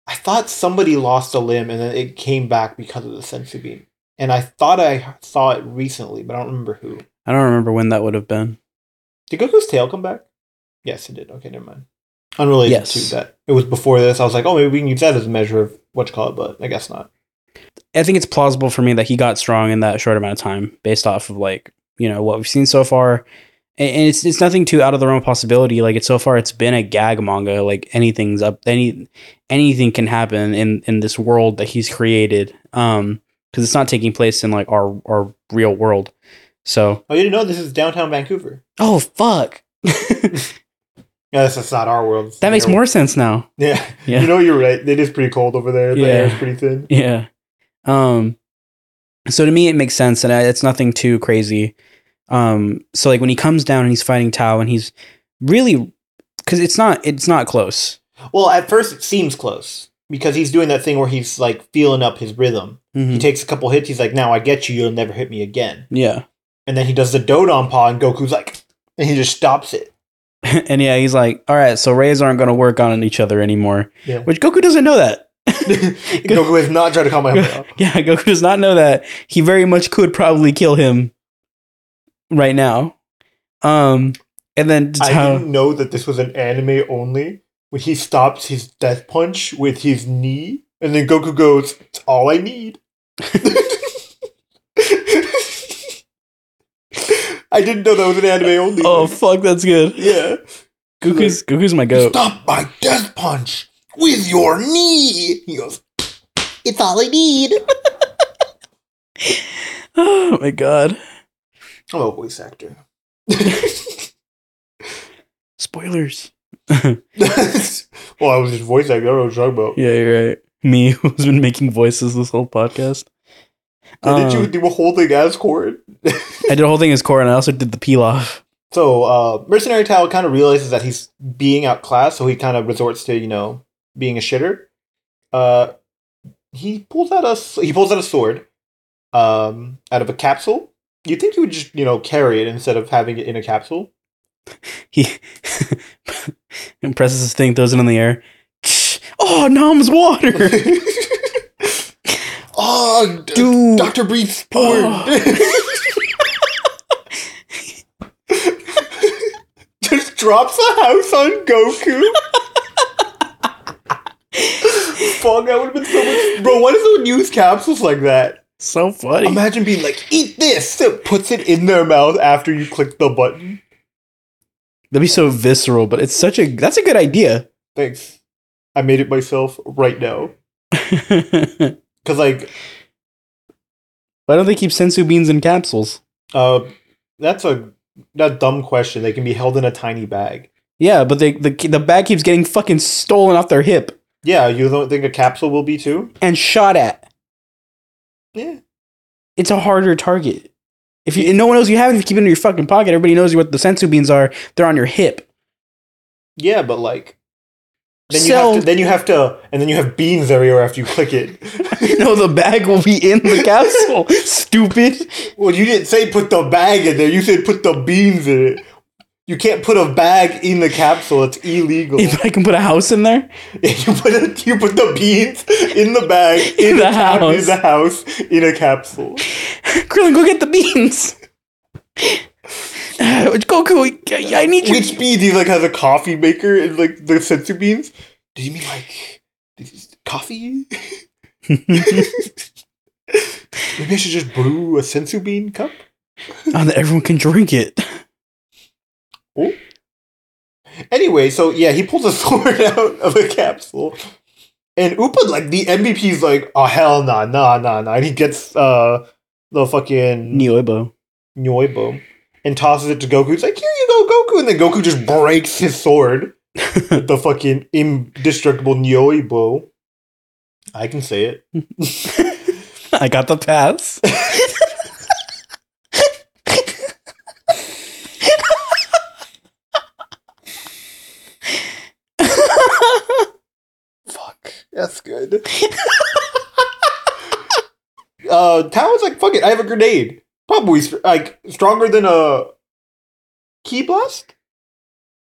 Speaker 2: I thought somebody lost a limb and then it came back because of the sensu beam, and I thought I saw it recently, but I don't remember who.
Speaker 1: I don't remember when that would have been.
Speaker 2: Did Goku's tail come back? Yes, it did. Okay, never mind. Unrelated
Speaker 1: Yes.
Speaker 2: to that, it was before this. I was like, oh, maybe we can use that as a measure of what you call it, but I guess not.
Speaker 1: I think it's plausible for me that he got strong in that short amount of time, based off of like you know what we've seen so far, and, and it's it's nothing too out of the realm of possibility. Like it's so far, it's been a gag manga. Like anything's up, any anything can happen in in this world that he's created, um, because it's not taking place in like our our real world. So
Speaker 2: Oh, you didn't know this is downtown Vancouver.
Speaker 1: oh fuck,
Speaker 2: Yeah, that's, that's not our world. It's
Speaker 1: [LAUGHS] That makes
Speaker 2: their-
Speaker 1: more sense now.
Speaker 2: [LAUGHS] Yeah.
Speaker 1: Yeah.
Speaker 2: You know, you're right. It is pretty cold over there. The
Speaker 1: Yeah.
Speaker 2: air is pretty thin.
Speaker 1: Yeah. Um so to me it makes sense and I, it's nothing too crazy. Um so like when he comes down and he's fighting Tao and he's really cuz it's not it's not close.
Speaker 2: Well, at first it seems close because he's doing that thing where he's like feeling up his rhythm. He
Speaker 1: Mhm.
Speaker 2: takes a couple hits. He's like, "Now I get you. You'll never hit me again."
Speaker 1: Yeah.
Speaker 2: And then he does the Dodon paw, and Goku's like, and he just stops it.
Speaker 1: [LAUGHS]
Speaker 2: [LAUGHS]
Speaker 1: and yeah, he's like, "All right, so rays aren't going to work on each other anymore."
Speaker 2: Yeah.
Speaker 1: Which Goku doesn't know that. [LAUGHS]
Speaker 2: Goku has not tried to calm my him down.
Speaker 1: yeah, Goku does not know that. He very much could probably kill him right now. Um and then
Speaker 2: I
Speaker 1: Tao-
Speaker 2: didn't know that this was an anime only. When he stops his death punch with his knee, and then Goku goes, "It's all I need." [LAUGHS] I didn't know that was an anime only.
Speaker 1: Oh fuck, that's good.
Speaker 2: yeah.
Speaker 1: Goku's Goku's my goat.
Speaker 2: Stop my death punch with your knee. He goes, It's all I need.
Speaker 1: [GASPS]
Speaker 2: [LAUGHS]
Speaker 1: Oh my god.
Speaker 2: I'm a voice actor. [LAUGHS]
Speaker 1: Spoilers.
Speaker 2: well, I was just voice acting. I don't know what you're talking about.
Speaker 1: Yeah, you're right. Me, [LAUGHS] who's been making voices this whole podcast.
Speaker 2: And did you
Speaker 1: Um,
Speaker 2: do a whole thing as Corin?
Speaker 1: I did the whole thing as core, and I also did the pilaf.
Speaker 2: So, uh, Mercenary Tao kind of realizes that he's being outclassed, so he kind of resorts to, you know, being a shitter. Uh, he pulls out a s- he pulls out a sword, um, out of a capsule. You think he would just, you know, carry it instead of having it in a capsule? [LAUGHS]
Speaker 1: He [LAUGHS] and presses his thing, throws it in the air. [SNIFFS] Oh, Nom's water,
Speaker 2: oh,
Speaker 1: [LAUGHS]
Speaker 2: d-
Speaker 1: dude!
Speaker 2: Doctor Breathe's porn. [LAUGHS] Just drops a house on Goku. Fuck, that would have been so much. Bro, why does someone use capsules like that?
Speaker 1: so funny.
Speaker 2: Imagine being like, "Eat this." It puts it in their mouth after you click the button.
Speaker 1: That'd be so visceral, but it's such a that's a good idea. [LAUGHS]
Speaker 2: Thanks. I made it myself right now.
Speaker 1: but
Speaker 2: Cause like,
Speaker 1: I don't think keep sensu beans in capsules.
Speaker 2: uh, that's a that dumb question. They can be held in a tiny bag.
Speaker 1: Yeah, but they, the the bag keeps getting fucking stolen off their hip
Speaker 2: Yeah, you don't think a capsule will be too?
Speaker 1: and shot at.
Speaker 2: Yeah.
Speaker 1: it's a harder target. If you, and no one knows you have it, if you keep it in your fucking pocket, everybody knows what the sensu beans are. They're on your hip. [LAUGHS]
Speaker 2: Yeah, but like then you
Speaker 1: Sell-
Speaker 2: have to then you have to and then you have beans everywhere after you click it. [LAUGHS]
Speaker 1: no, the bag will be in the capsule. Stupid.
Speaker 2: well, you didn't say put the bag in there. You said put the beans in it. You can't put a bag in the capsule. It's illegal. [LAUGHS] you
Speaker 1: If I can put a house in there,
Speaker 2: put it, you put the beans in the
Speaker 1: [LAUGHS]
Speaker 2: bag in,
Speaker 1: the
Speaker 2: the, cap-
Speaker 1: house.
Speaker 2: in the house in a capsule.
Speaker 1: Krillin, go get the beans. [SIGHS] Ah, Goku, I I need
Speaker 2: [LAUGHS]
Speaker 1: you.
Speaker 2: Which beans? He like has a coffee maker and like the sensu beans. Do you mean like this is
Speaker 1: [LAUGHS]
Speaker 2: coffee? [LAUGHS] Maybe I should just brew a sensu bean cup.
Speaker 1: Oh, that everyone can drink it.
Speaker 2: Anyway, so yeah, he pulls a [LAUGHS] sword out of a capsule. And Upa, like, the MVP's like, oh, hell nah, nah, nah, nah. And he gets uh, the fucking
Speaker 1: Niobo.
Speaker 2: Nyoibo and tosses it to Goku. He's like, here you go, Goku. And then Goku just breaks his sword with the fucking indestructible Nyoibo. I can say it.
Speaker 1: I got the pass.
Speaker 2: Fuck, that's good. uh, Talon's like, fuck it, I have a grenade. Probably str- like stronger than a key blast.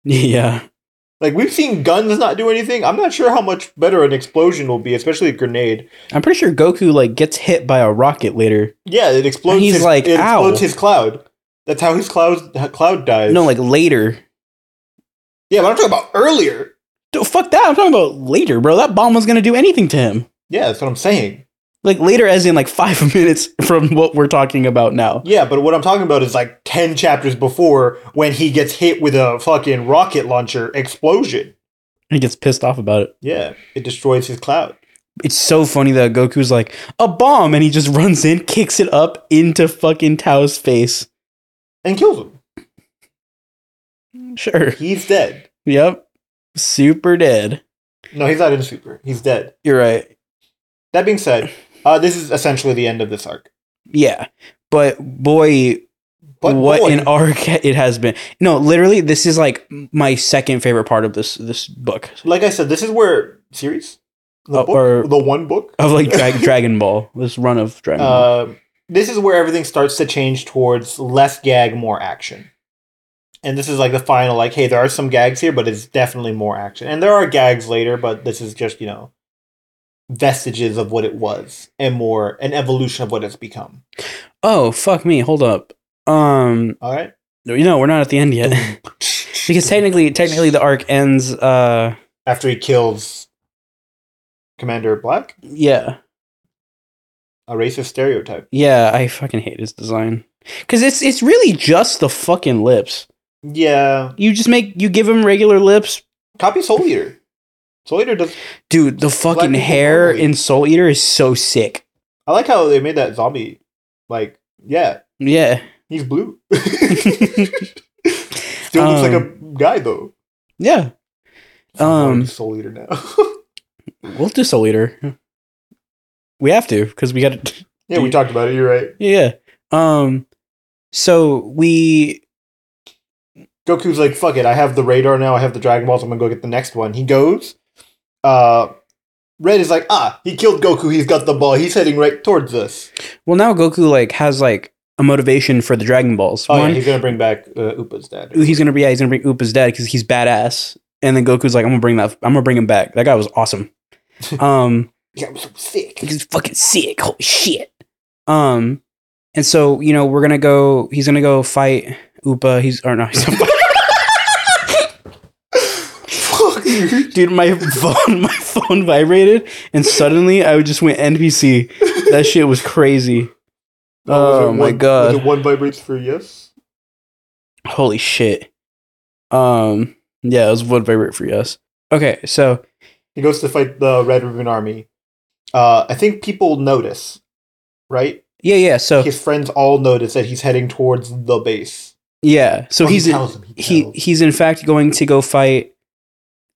Speaker 1: yeah.
Speaker 2: Like we've seen guns not do anything. I'm not sure how much better an explosion will be, especially a grenade.
Speaker 1: I'm pretty sure Goku like gets hit by a rocket later.
Speaker 2: Yeah, it explodes.
Speaker 1: He's
Speaker 2: his,
Speaker 1: like,
Speaker 2: it
Speaker 1: "Ow."
Speaker 2: explodes his cloud. That's how his cloud cloud dies.
Speaker 1: No, like later.
Speaker 2: yeah, but I'm talking about earlier.
Speaker 1: Dude, fuck that. I'm talking about later, bro. That bomb was gonna do anything to him.
Speaker 2: Yeah, that's what I'm saying.
Speaker 1: Like later, as in like [LAUGHS] five minutes from what we're talking about now.
Speaker 2: Yeah, but what I'm talking about is like ten chapters before when he gets hit with a fucking rocket launcher explosion.
Speaker 1: He gets pissed off about it.
Speaker 2: Yeah, it destroys his cloud.
Speaker 1: It's so funny that Goku's like a bomb, and he just [LAUGHS] runs in, kicks it up into fucking Tao's face.
Speaker 2: and kills him.
Speaker 1: Sure,
Speaker 2: He's dead.
Speaker 1: Yep. Super dead.
Speaker 2: No, he's not in Super. He's dead.
Speaker 1: You're right.
Speaker 2: That being said, uh, this is essentially the end of this arc.
Speaker 1: Yeah. But boy,
Speaker 2: But
Speaker 1: what
Speaker 2: boy,
Speaker 1: an arc [LAUGHS] it has been. No, literally, this is like my second favorite part of this this book
Speaker 2: like I said, this is where series, the
Speaker 1: Oh,
Speaker 2: book,
Speaker 1: or-
Speaker 2: the one book.
Speaker 1: of like Dra- [LAUGHS] Dragon Ball. This run of Dragon Ball.
Speaker 2: Uh, this is where everything starts to change towards less gag, more action. And this is like the final, like, hey, there are some gags here, but it's definitely more action. And there are gags later, but this is just, you know, vestiges of what it was and more an evolution of what it's become.
Speaker 1: Oh fuck me! Hold up. Um,
Speaker 2: All right?
Speaker 1: no, you know we're not at the end yet [LAUGHS] because technically, technically the arc ends. Uh,
Speaker 2: After he kills Commander Black,
Speaker 1: yeah,
Speaker 2: a racist stereotype.
Speaker 1: yeah. I fucking hate his design because it's it's really just the fucking lips.
Speaker 2: Yeah.
Speaker 1: You just make you give him regular lips,
Speaker 2: Copy Soul Eater. Soul Eater does.
Speaker 1: dude. The fucking
Speaker 2: people
Speaker 1: hair
Speaker 2: normally-
Speaker 1: in Soul Eater is so sick.
Speaker 2: I like how they made that zombie. Like, yeah,
Speaker 1: Yeah,
Speaker 2: he's blue. [LAUGHS] Still looks like a guy though.
Speaker 1: yeah. Um,
Speaker 2: Soul Eater now. [LAUGHS]
Speaker 1: We'll do Soul Eater. We have to because we got to.
Speaker 2: yeah, we talked about it. You're right.
Speaker 1: [LAUGHS] Yeah. Um. So we.
Speaker 2: Goku's like, fuck it. I have the radar now. I have the Dragon Balls. I'm gonna go get the next one. He goes. Uh, Red is like, ah, he killed Goku. He's got the ball. He's heading right towards us.
Speaker 1: Well, now Goku like has like a motivation for the Dragon Balls.
Speaker 2: Oh,
Speaker 1: One,
Speaker 2: yeah, he's gonna bring back uh, Upa's dad.
Speaker 1: he's gonna be yeah, he's gonna bring Upa's dad because he's badass. And then Goku's like, I'm gonna bring that. I'm gonna bring him back. That guy was awesome. [LAUGHS] um.
Speaker 2: yeah, I'm so sick.
Speaker 1: He's [LAUGHS] fucking sick. Holy shit. Um, and so you know we're gonna go. He's gonna go fight Upa. He's or no, he's
Speaker 2: [LAUGHS] Fuck you.
Speaker 1: [LAUGHS] dude. My phone, my phone vibrated, and suddenly I just went NPC. That shit was crazy.
Speaker 2: [LAUGHS] Was it
Speaker 1: Oh my
Speaker 2: one-
Speaker 1: God.
Speaker 2: was it one vibrates for yes.
Speaker 1: Holy shit. Um, yeah, it was wood vibrate for us. Okay, so
Speaker 2: He goes to fight the Red Ribbon Army. Uh, I think people notice, right?
Speaker 1: yeah, yeah, so
Speaker 2: His friends all notice that he's heading towards the base.
Speaker 1: yeah, so
Speaker 2: Or
Speaker 1: he's
Speaker 2: he
Speaker 1: in,
Speaker 2: tells them,
Speaker 1: he
Speaker 2: tells.
Speaker 1: he's in fact going to go fight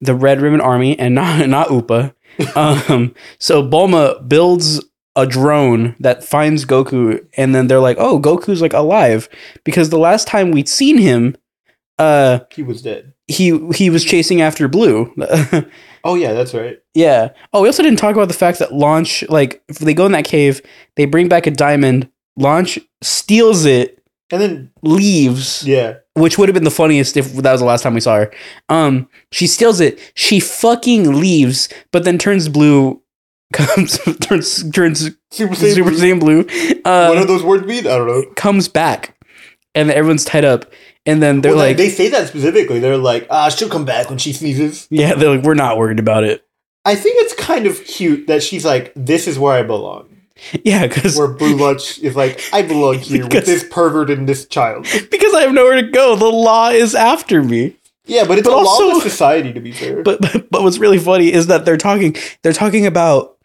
Speaker 1: the Red Ribbon Army and not [LAUGHS] not Upa. Um, so Bulma builds a drone that finds Goku, and then they're like, "Oh, Goku's like alive," because the last time we'd seen him, uh,
Speaker 2: he was dead.
Speaker 1: he he was chasing after Blue. [LAUGHS]
Speaker 2: Oh yeah, that's right.
Speaker 1: Yeah. Oh, we also didn't talk about the fact that Launch, like, if they go in that cave, they bring back a diamond, Launch steals it,
Speaker 2: And then
Speaker 1: leaves,
Speaker 2: yeah,
Speaker 1: which would have been the funniest if that was the last time we saw her. Um, she steals it, she fucking leaves, but then turns blue, [LAUGHS] comes, turns, turns
Speaker 2: Super Saiyan.
Speaker 1: Super
Speaker 2: blue.
Speaker 1: Saiyan Blue,
Speaker 2: [LAUGHS] what do
Speaker 1: uh,
Speaker 2: those words mean? I don't know.
Speaker 1: comes back, and everyone's tied up, and then they're
Speaker 2: Well, they-
Speaker 1: like,
Speaker 2: they say that specifically. They're like, ah, she'll come back when she sneezes.
Speaker 1: yeah, they're like, we're not worried about it. [LAUGHS]
Speaker 2: I think it's kind of cute that she's like, this is where I belong.
Speaker 1: Yeah, because [LAUGHS]
Speaker 2: Where Blue Lunch is like, I belong here with
Speaker 1: Because-
Speaker 2: this pervert and this child.
Speaker 1: because I have nowhere to go. The law is after me.
Speaker 2: Yeah, but it's
Speaker 1: But
Speaker 2: a
Speaker 1: also-
Speaker 2: lawless society to be
Speaker 1: [LAUGHS]
Speaker 2: fair.
Speaker 1: but, but but what's really funny is that they're talking they're talking about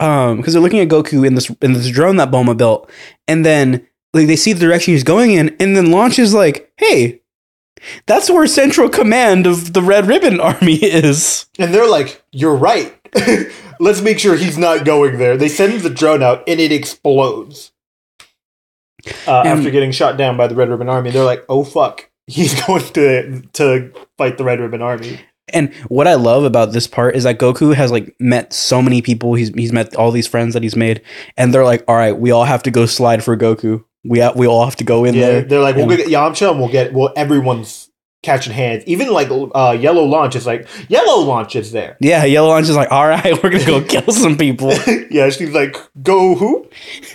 Speaker 1: um because they're looking at Goku in this in this drone that Bulma built, and then like they see the direction he's going in, and then Launch is like, "Hey, that's where Central Command of the Red Ribbon [LAUGHS] Army is."
Speaker 2: And they're like, "You're right. [LAUGHS] Let's make sure he's not going there." They send the drone out, and it explodes. Uh,
Speaker 1: And-
Speaker 2: after getting shot down by the Red Ribbon Army, they're like, "Oh fuck, he's [LAUGHS] going to to fight the Red Ribbon Army."
Speaker 1: And what I love about this part is that Goku has like met so many people. He's he's met all these friends that he's made, and they're like, "All right, we all have to go slide for Goku. We ha- we all have to go in
Speaker 2: Yeah,
Speaker 1: there."
Speaker 2: they're like, "We'll
Speaker 1: and-
Speaker 2: get Yamcha, and we'll get well." Everyone's catching hands. Even like uh, Yellow Launch is like, "Yellow Launch is there." [LAUGHS]
Speaker 1: Yeah, Yellow Launch is like, "All right, [LAUGHS] we're gonna go kill some people."
Speaker 2: yeah, she's like, "Go who?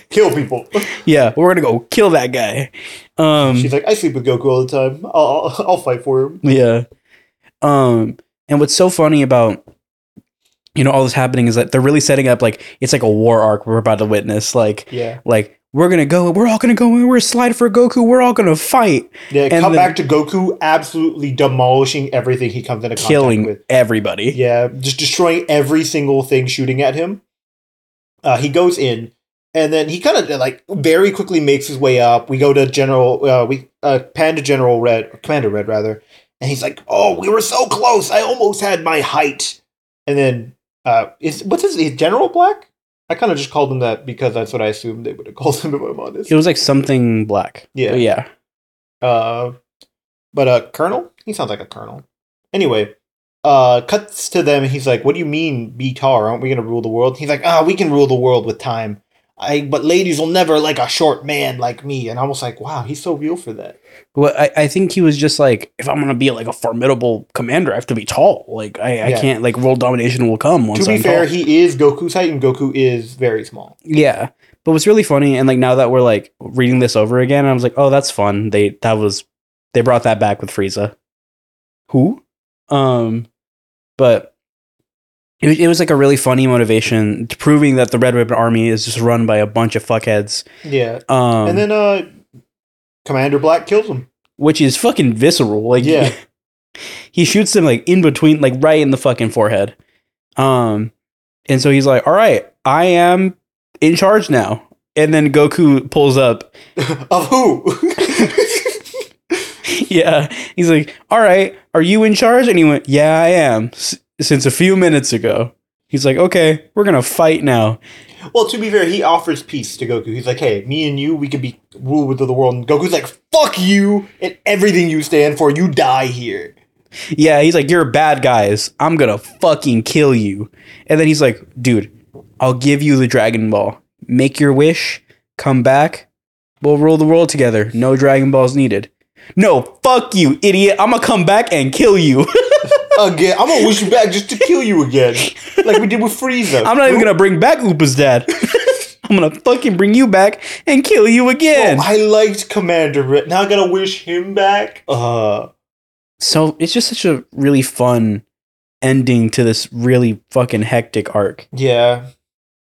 Speaker 2: Kill people." [LAUGHS]
Speaker 1: Mm-hmm. Yeah, we're gonna go kill that guy. Um,
Speaker 2: She's like, "I sleep with Goku all the time. I'll I'll fight for him."
Speaker 1: yeah. Um, and what's so funny about you know all this happening is that they're really setting up like it's like a war arc we're about to witness. Like,
Speaker 2: Yeah.
Speaker 1: like we're gonna go, we're all gonna go, and we're slide for Goku. We're all gonna fight,
Speaker 2: Yeah,
Speaker 1: And
Speaker 2: come
Speaker 1: the-
Speaker 2: back to Goku absolutely demolishing everything he comes into contact
Speaker 1: killing
Speaker 2: with.
Speaker 1: everybody.
Speaker 2: Yeah, just destroying every single thing shooting at him. Uh, he goes in, and then he kind of like very quickly makes his way up. We go to General, uh, we uh, Panda General Red, Commander Red rather, and he's like, "Oh, we were so close. I almost had my height." And then, uh, is what's his is General Black? I kind of just called him that because that's what I assumed they would have called him if I'm honest.
Speaker 1: It was like something black.
Speaker 2: Yeah.
Speaker 1: But yeah.
Speaker 2: Uh, but uh, Colonel, he sounds like a colonel. Anyway, uh, cuts to them. He's like, "What do you mean, Beatar? Aren't we gonna rule the world?" He's like, "Ah, we can rule the world with time." I, but ladies will never like a short man like me, and I was like, wow, he's so real for that.
Speaker 1: Well, I, I think he was just like, if I'm gonna be like a formidable commander, I have to be tall. Like I, I
Speaker 2: Yeah.
Speaker 1: can't like world domination will come once.
Speaker 2: to be
Speaker 1: I'm
Speaker 2: fair,
Speaker 1: tall.
Speaker 2: he is Goku's height, and Goku is very small.
Speaker 1: yeah. But what's really funny, and like now that we're like reading this over again, I was like, oh, that's fun. They that was they brought that back with Frieza. Who? Um, but it was, it was like a really funny motivation, to proving that the Red Ribbon Army is just run by a bunch of fuckheads.
Speaker 2: Yeah,
Speaker 1: Um,
Speaker 2: and then uh, Commander Black kills him.
Speaker 1: which is fucking visceral. Like,
Speaker 2: Yeah.
Speaker 1: [LAUGHS] he shoots him like in between, like right in the fucking forehead. Um, and so he's like, "All right, I am in charge now." And then Goku pulls up.
Speaker 2: of who? [LAUGHS]
Speaker 1: [LAUGHS] yeah, he's like, "All right, are you in charge?" And he went, "Yeah, I am." S- since a few minutes ago, he's like, "Okay, we're gonna fight now."
Speaker 2: well, to be fair, he offers peace to Goku. He's like, "Hey, me and you, we could be rulers of the world." And Goku's like, "Fuck you and everything you stand for. You die here."
Speaker 1: Yeah, he's like, "You're bad guys. I'm gonna fucking kill you." And then he's like, "Dude, I'll give you the Dragon Ball. Make your wish. Come back. We'll rule the world together. No Dragon Balls needed." No, fuck you, idiot. I'm gonna come back and kill you. [LAUGHS]
Speaker 2: Again, I'm gonna wish you back just to kill you again, like we did with Frieza.
Speaker 1: I'm not even gonna bring back Upa's dad. [LAUGHS] I'm gonna fucking bring you back and kill you again.
Speaker 2: Oh, I liked Commander Red. Now I gotta wish him back. Uh,
Speaker 1: so it's just such a really fun ending to this really fucking hectic arc,
Speaker 2: yeah.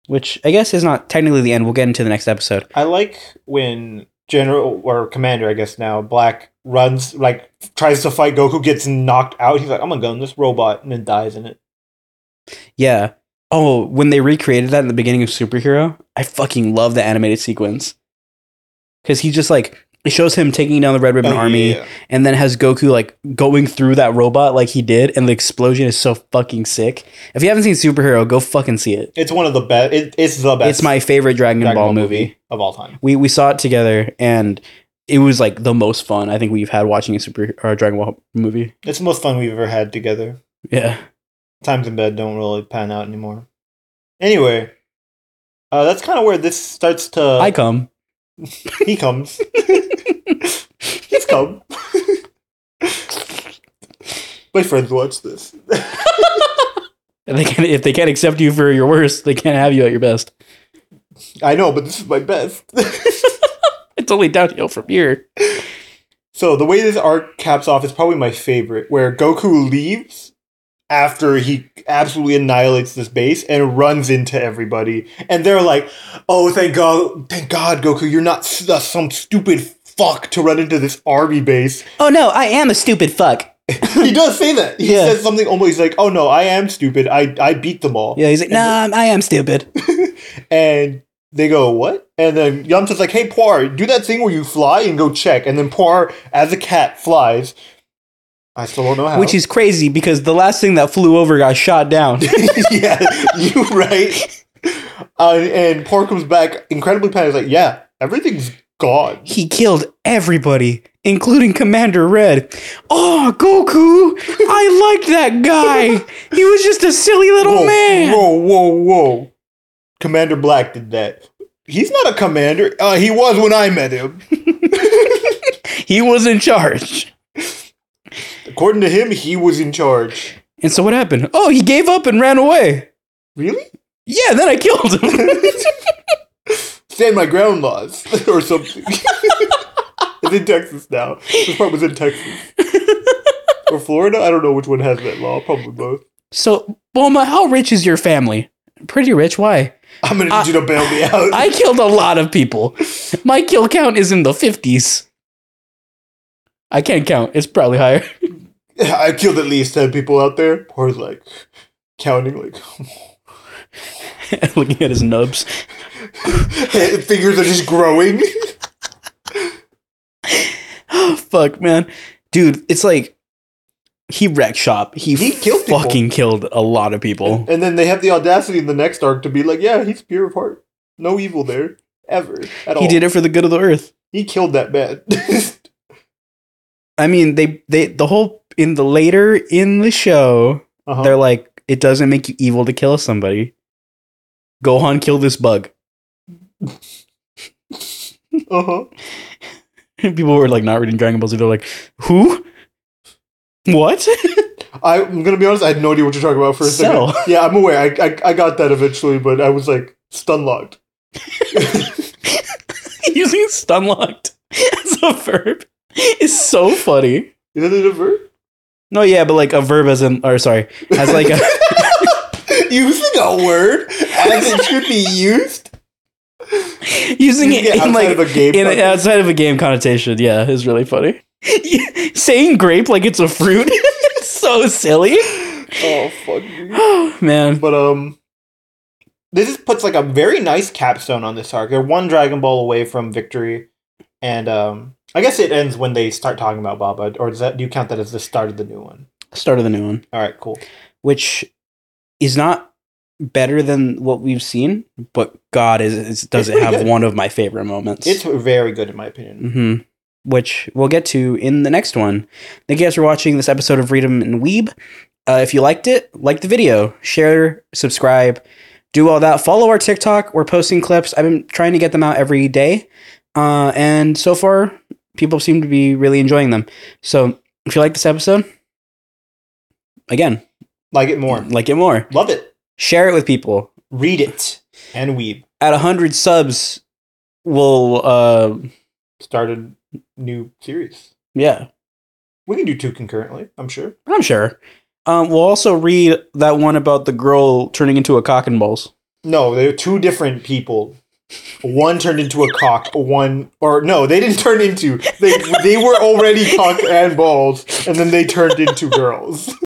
Speaker 1: which I guess is not technically the end. We'll get into the next episode.
Speaker 2: I like when General or Commander, I guess now Black runs like tries to fight Goku, gets knocked out. He's like, "I'm gonna gun this robot," and then dies in it.
Speaker 1: Yeah. Oh, when they recreated that in the beginning of Superhero, I fucking love the animated sequence. Cause he just like it shows him taking down the Red Ribbon
Speaker 2: Oh,
Speaker 1: Army
Speaker 2: yeah.
Speaker 1: and then has Goku like going through that robot like he did, and the explosion is so fucking sick. If you haven't seen Superhero, go fucking see it.
Speaker 2: It's one of the best. It, it's the best.
Speaker 1: It's my favorite Dragon,
Speaker 2: Dragon
Speaker 1: Ball, movie.
Speaker 2: of all time.
Speaker 1: We we saw it together and it was like the most fun I think we've had watching a super or a Dragon Ball movie.
Speaker 2: It's the most fun we've ever had together.
Speaker 1: Yeah.
Speaker 2: Times in bed don't really pan out anymore. Anyway, uh, that's kind of where this starts to. [LAUGHS]
Speaker 1: I come.
Speaker 2: he comes. [LAUGHS] He's come. [LAUGHS] my friends watch this. [LAUGHS]
Speaker 1: If they can if they can't accept you for your worst, they can't have you at your best.
Speaker 2: I know, but this is my best. [LAUGHS]
Speaker 1: It's only downhill from here.
Speaker 2: So the way this arc caps off is probably my favorite, where Goku leaves after he absolutely annihilates this base and runs into everybody, and they're like, "Oh, thank God, thank God, Goku, you're not s- uh, some stupid fuck to run into this
Speaker 1: [LAUGHS]
Speaker 2: army base."
Speaker 1: Oh no, I am a stupid fuck.
Speaker 2: he does say that. He
Speaker 1: Yeah.
Speaker 2: says something almost he's like, "Oh no, I am stupid. I I beat them all."
Speaker 1: Yeah, he's like, nah, I'm- I am stupid.
Speaker 2: and they go, what? And then Yamcha's like, hey, Poir, do that thing where you fly and go check. And then Poir, as a cat, flies. I still don't know how.
Speaker 1: Which is crazy because the last thing that flew over got shot [LAUGHS] down.
Speaker 2: [LAUGHS] yeah, you right. Uh, and Poir comes back incredibly panicked, like, yeah, everything's gone.
Speaker 1: he killed everybody, including Commander Red. Oh, Goku! I liked that guy. He was just a silly little
Speaker 2: whoa,
Speaker 1: man.
Speaker 2: Whoa, whoa, whoa. Commander Black did that. He's not a commander. Uh, he was when I met him.
Speaker 1: He was in charge.
Speaker 2: According to him, he was in charge.
Speaker 1: And so what happened? Oh, he gave up and ran away.
Speaker 2: Really?
Speaker 1: Yeah, then I killed him. [LAUGHS]
Speaker 2: stand my ground laws [LAUGHS] or something. it's in Texas now. This part was in Texas
Speaker 1: [LAUGHS]
Speaker 2: or Florida. I don't know which one has that law. Probably both.
Speaker 1: so, Bulma, how rich is your family? Pretty rich. Why?
Speaker 2: I'm gonna need you to bail me out.
Speaker 1: I killed a lot of people. My kill count is in the 50s. I can't count. It's probably higher. [LAUGHS]
Speaker 2: [LAUGHS] I killed at least ten people out there. Poor like counting like [LAUGHS]
Speaker 1: Looking at his nubs. [GASPS]
Speaker 2: fingers are just growing.
Speaker 1: Fuck, man. Dude, it's like he wrecked shop. He,
Speaker 2: He killed people.
Speaker 1: fucking killed a lot of people.
Speaker 2: [LAUGHS] And then they have the audacity in the next arc to be like, yeah, he's pure of heart. No evil there. Ever. At all.
Speaker 1: he did it for the good of the earth.
Speaker 2: He killed that man. [LAUGHS]
Speaker 1: I mean, they they the whole in the later in the show,
Speaker 2: uh-huh.
Speaker 1: they're like, it doesn't make you evil to kill somebody. Gohan kill this bug. [LAUGHS]
Speaker 2: uh-huh.
Speaker 1: people were like not reading Dragon Ball Z. They're like, who? What? [LAUGHS]
Speaker 2: I, am gonna be honest. I had no idea what you're talking about for a
Speaker 1: Cell.
Speaker 2: second. Yeah, I'm aware. I, I I got that eventually, but I was like stun locked.
Speaker 1: Using stunlocked [LAUGHS] as a verb is so funny.
Speaker 2: Is that a verb? [LAUGHS]
Speaker 1: No, yeah, but like a verb as in, or sorry, as like
Speaker 2: [LAUGHS]
Speaker 1: a, [LAUGHS]
Speaker 2: Using a word as it should be used.
Speaker 1: using
Speaker 2: Using
Speaker 1: it in
Speaker 2: outside
Speaker 1: like
Speaker 2: of a game
Speaker 1: in
Speaker 2: context.
Speaker 1: outside of a game connotation. Yeah, is really funny. [LAUGHS] Saying grape like it's a fruit, [LAUGHS] is so silly. [GASPS]
Speaker 2: Oh fuck. dude.
Speaker 1: Man,
Speaker 2: But um, this is, puts like a very nice capstone on this arc. They're one Dragon Ball away from victory, and um, I guess it ends when they start talking about Baba. Or does that do you count that as the start of the new one?
Speaker 1: start of the new one,
Speaker 2: All right, cool.
Speaker 1: which is not better than what we've seen, but God is, is does
Speaker 2: It's
Speaker 1: it
Speaker 2: pretty
Speaker 1: have
Speaker 2: good.
Speaker 1: one of my favorite moments?
Speaker 2: It's very good in my opinion.
Speaker 1: hmm Which we'll get to in the next one. Thank you guys for watching this episode of Freedom and Weeb. Uh, if you liked it, like the video, share, subscribe, do all that. Follow our TikTok. We're posting clips. I've been trying to get them out every day. Uh, and so far, people seem to be really enjoying them. So if you like this episode, again,
Speaker 2: Like it more.
Speaker 1: like it more.
Speaker 2: Love it.
Speaker 1: Share it with people.
Speaker 2: Read it and weep.
Speaker 1: At 100 subs, we'll, uh,
Speaker 2: Start a new series.
Speaker 1: yeah,
Speaker 2: We can do two concurrently. I'm sure.
Speaker 1: I'm sure. Um, we'll also read that one about the girl turning into a cock and balls.
Speaker 2: No, they were two different people. One turned into a cock. One or no, they didn't [LAUGHS] turn into. They they were already cock and balls, and then they turned into girls. [LAUGHS]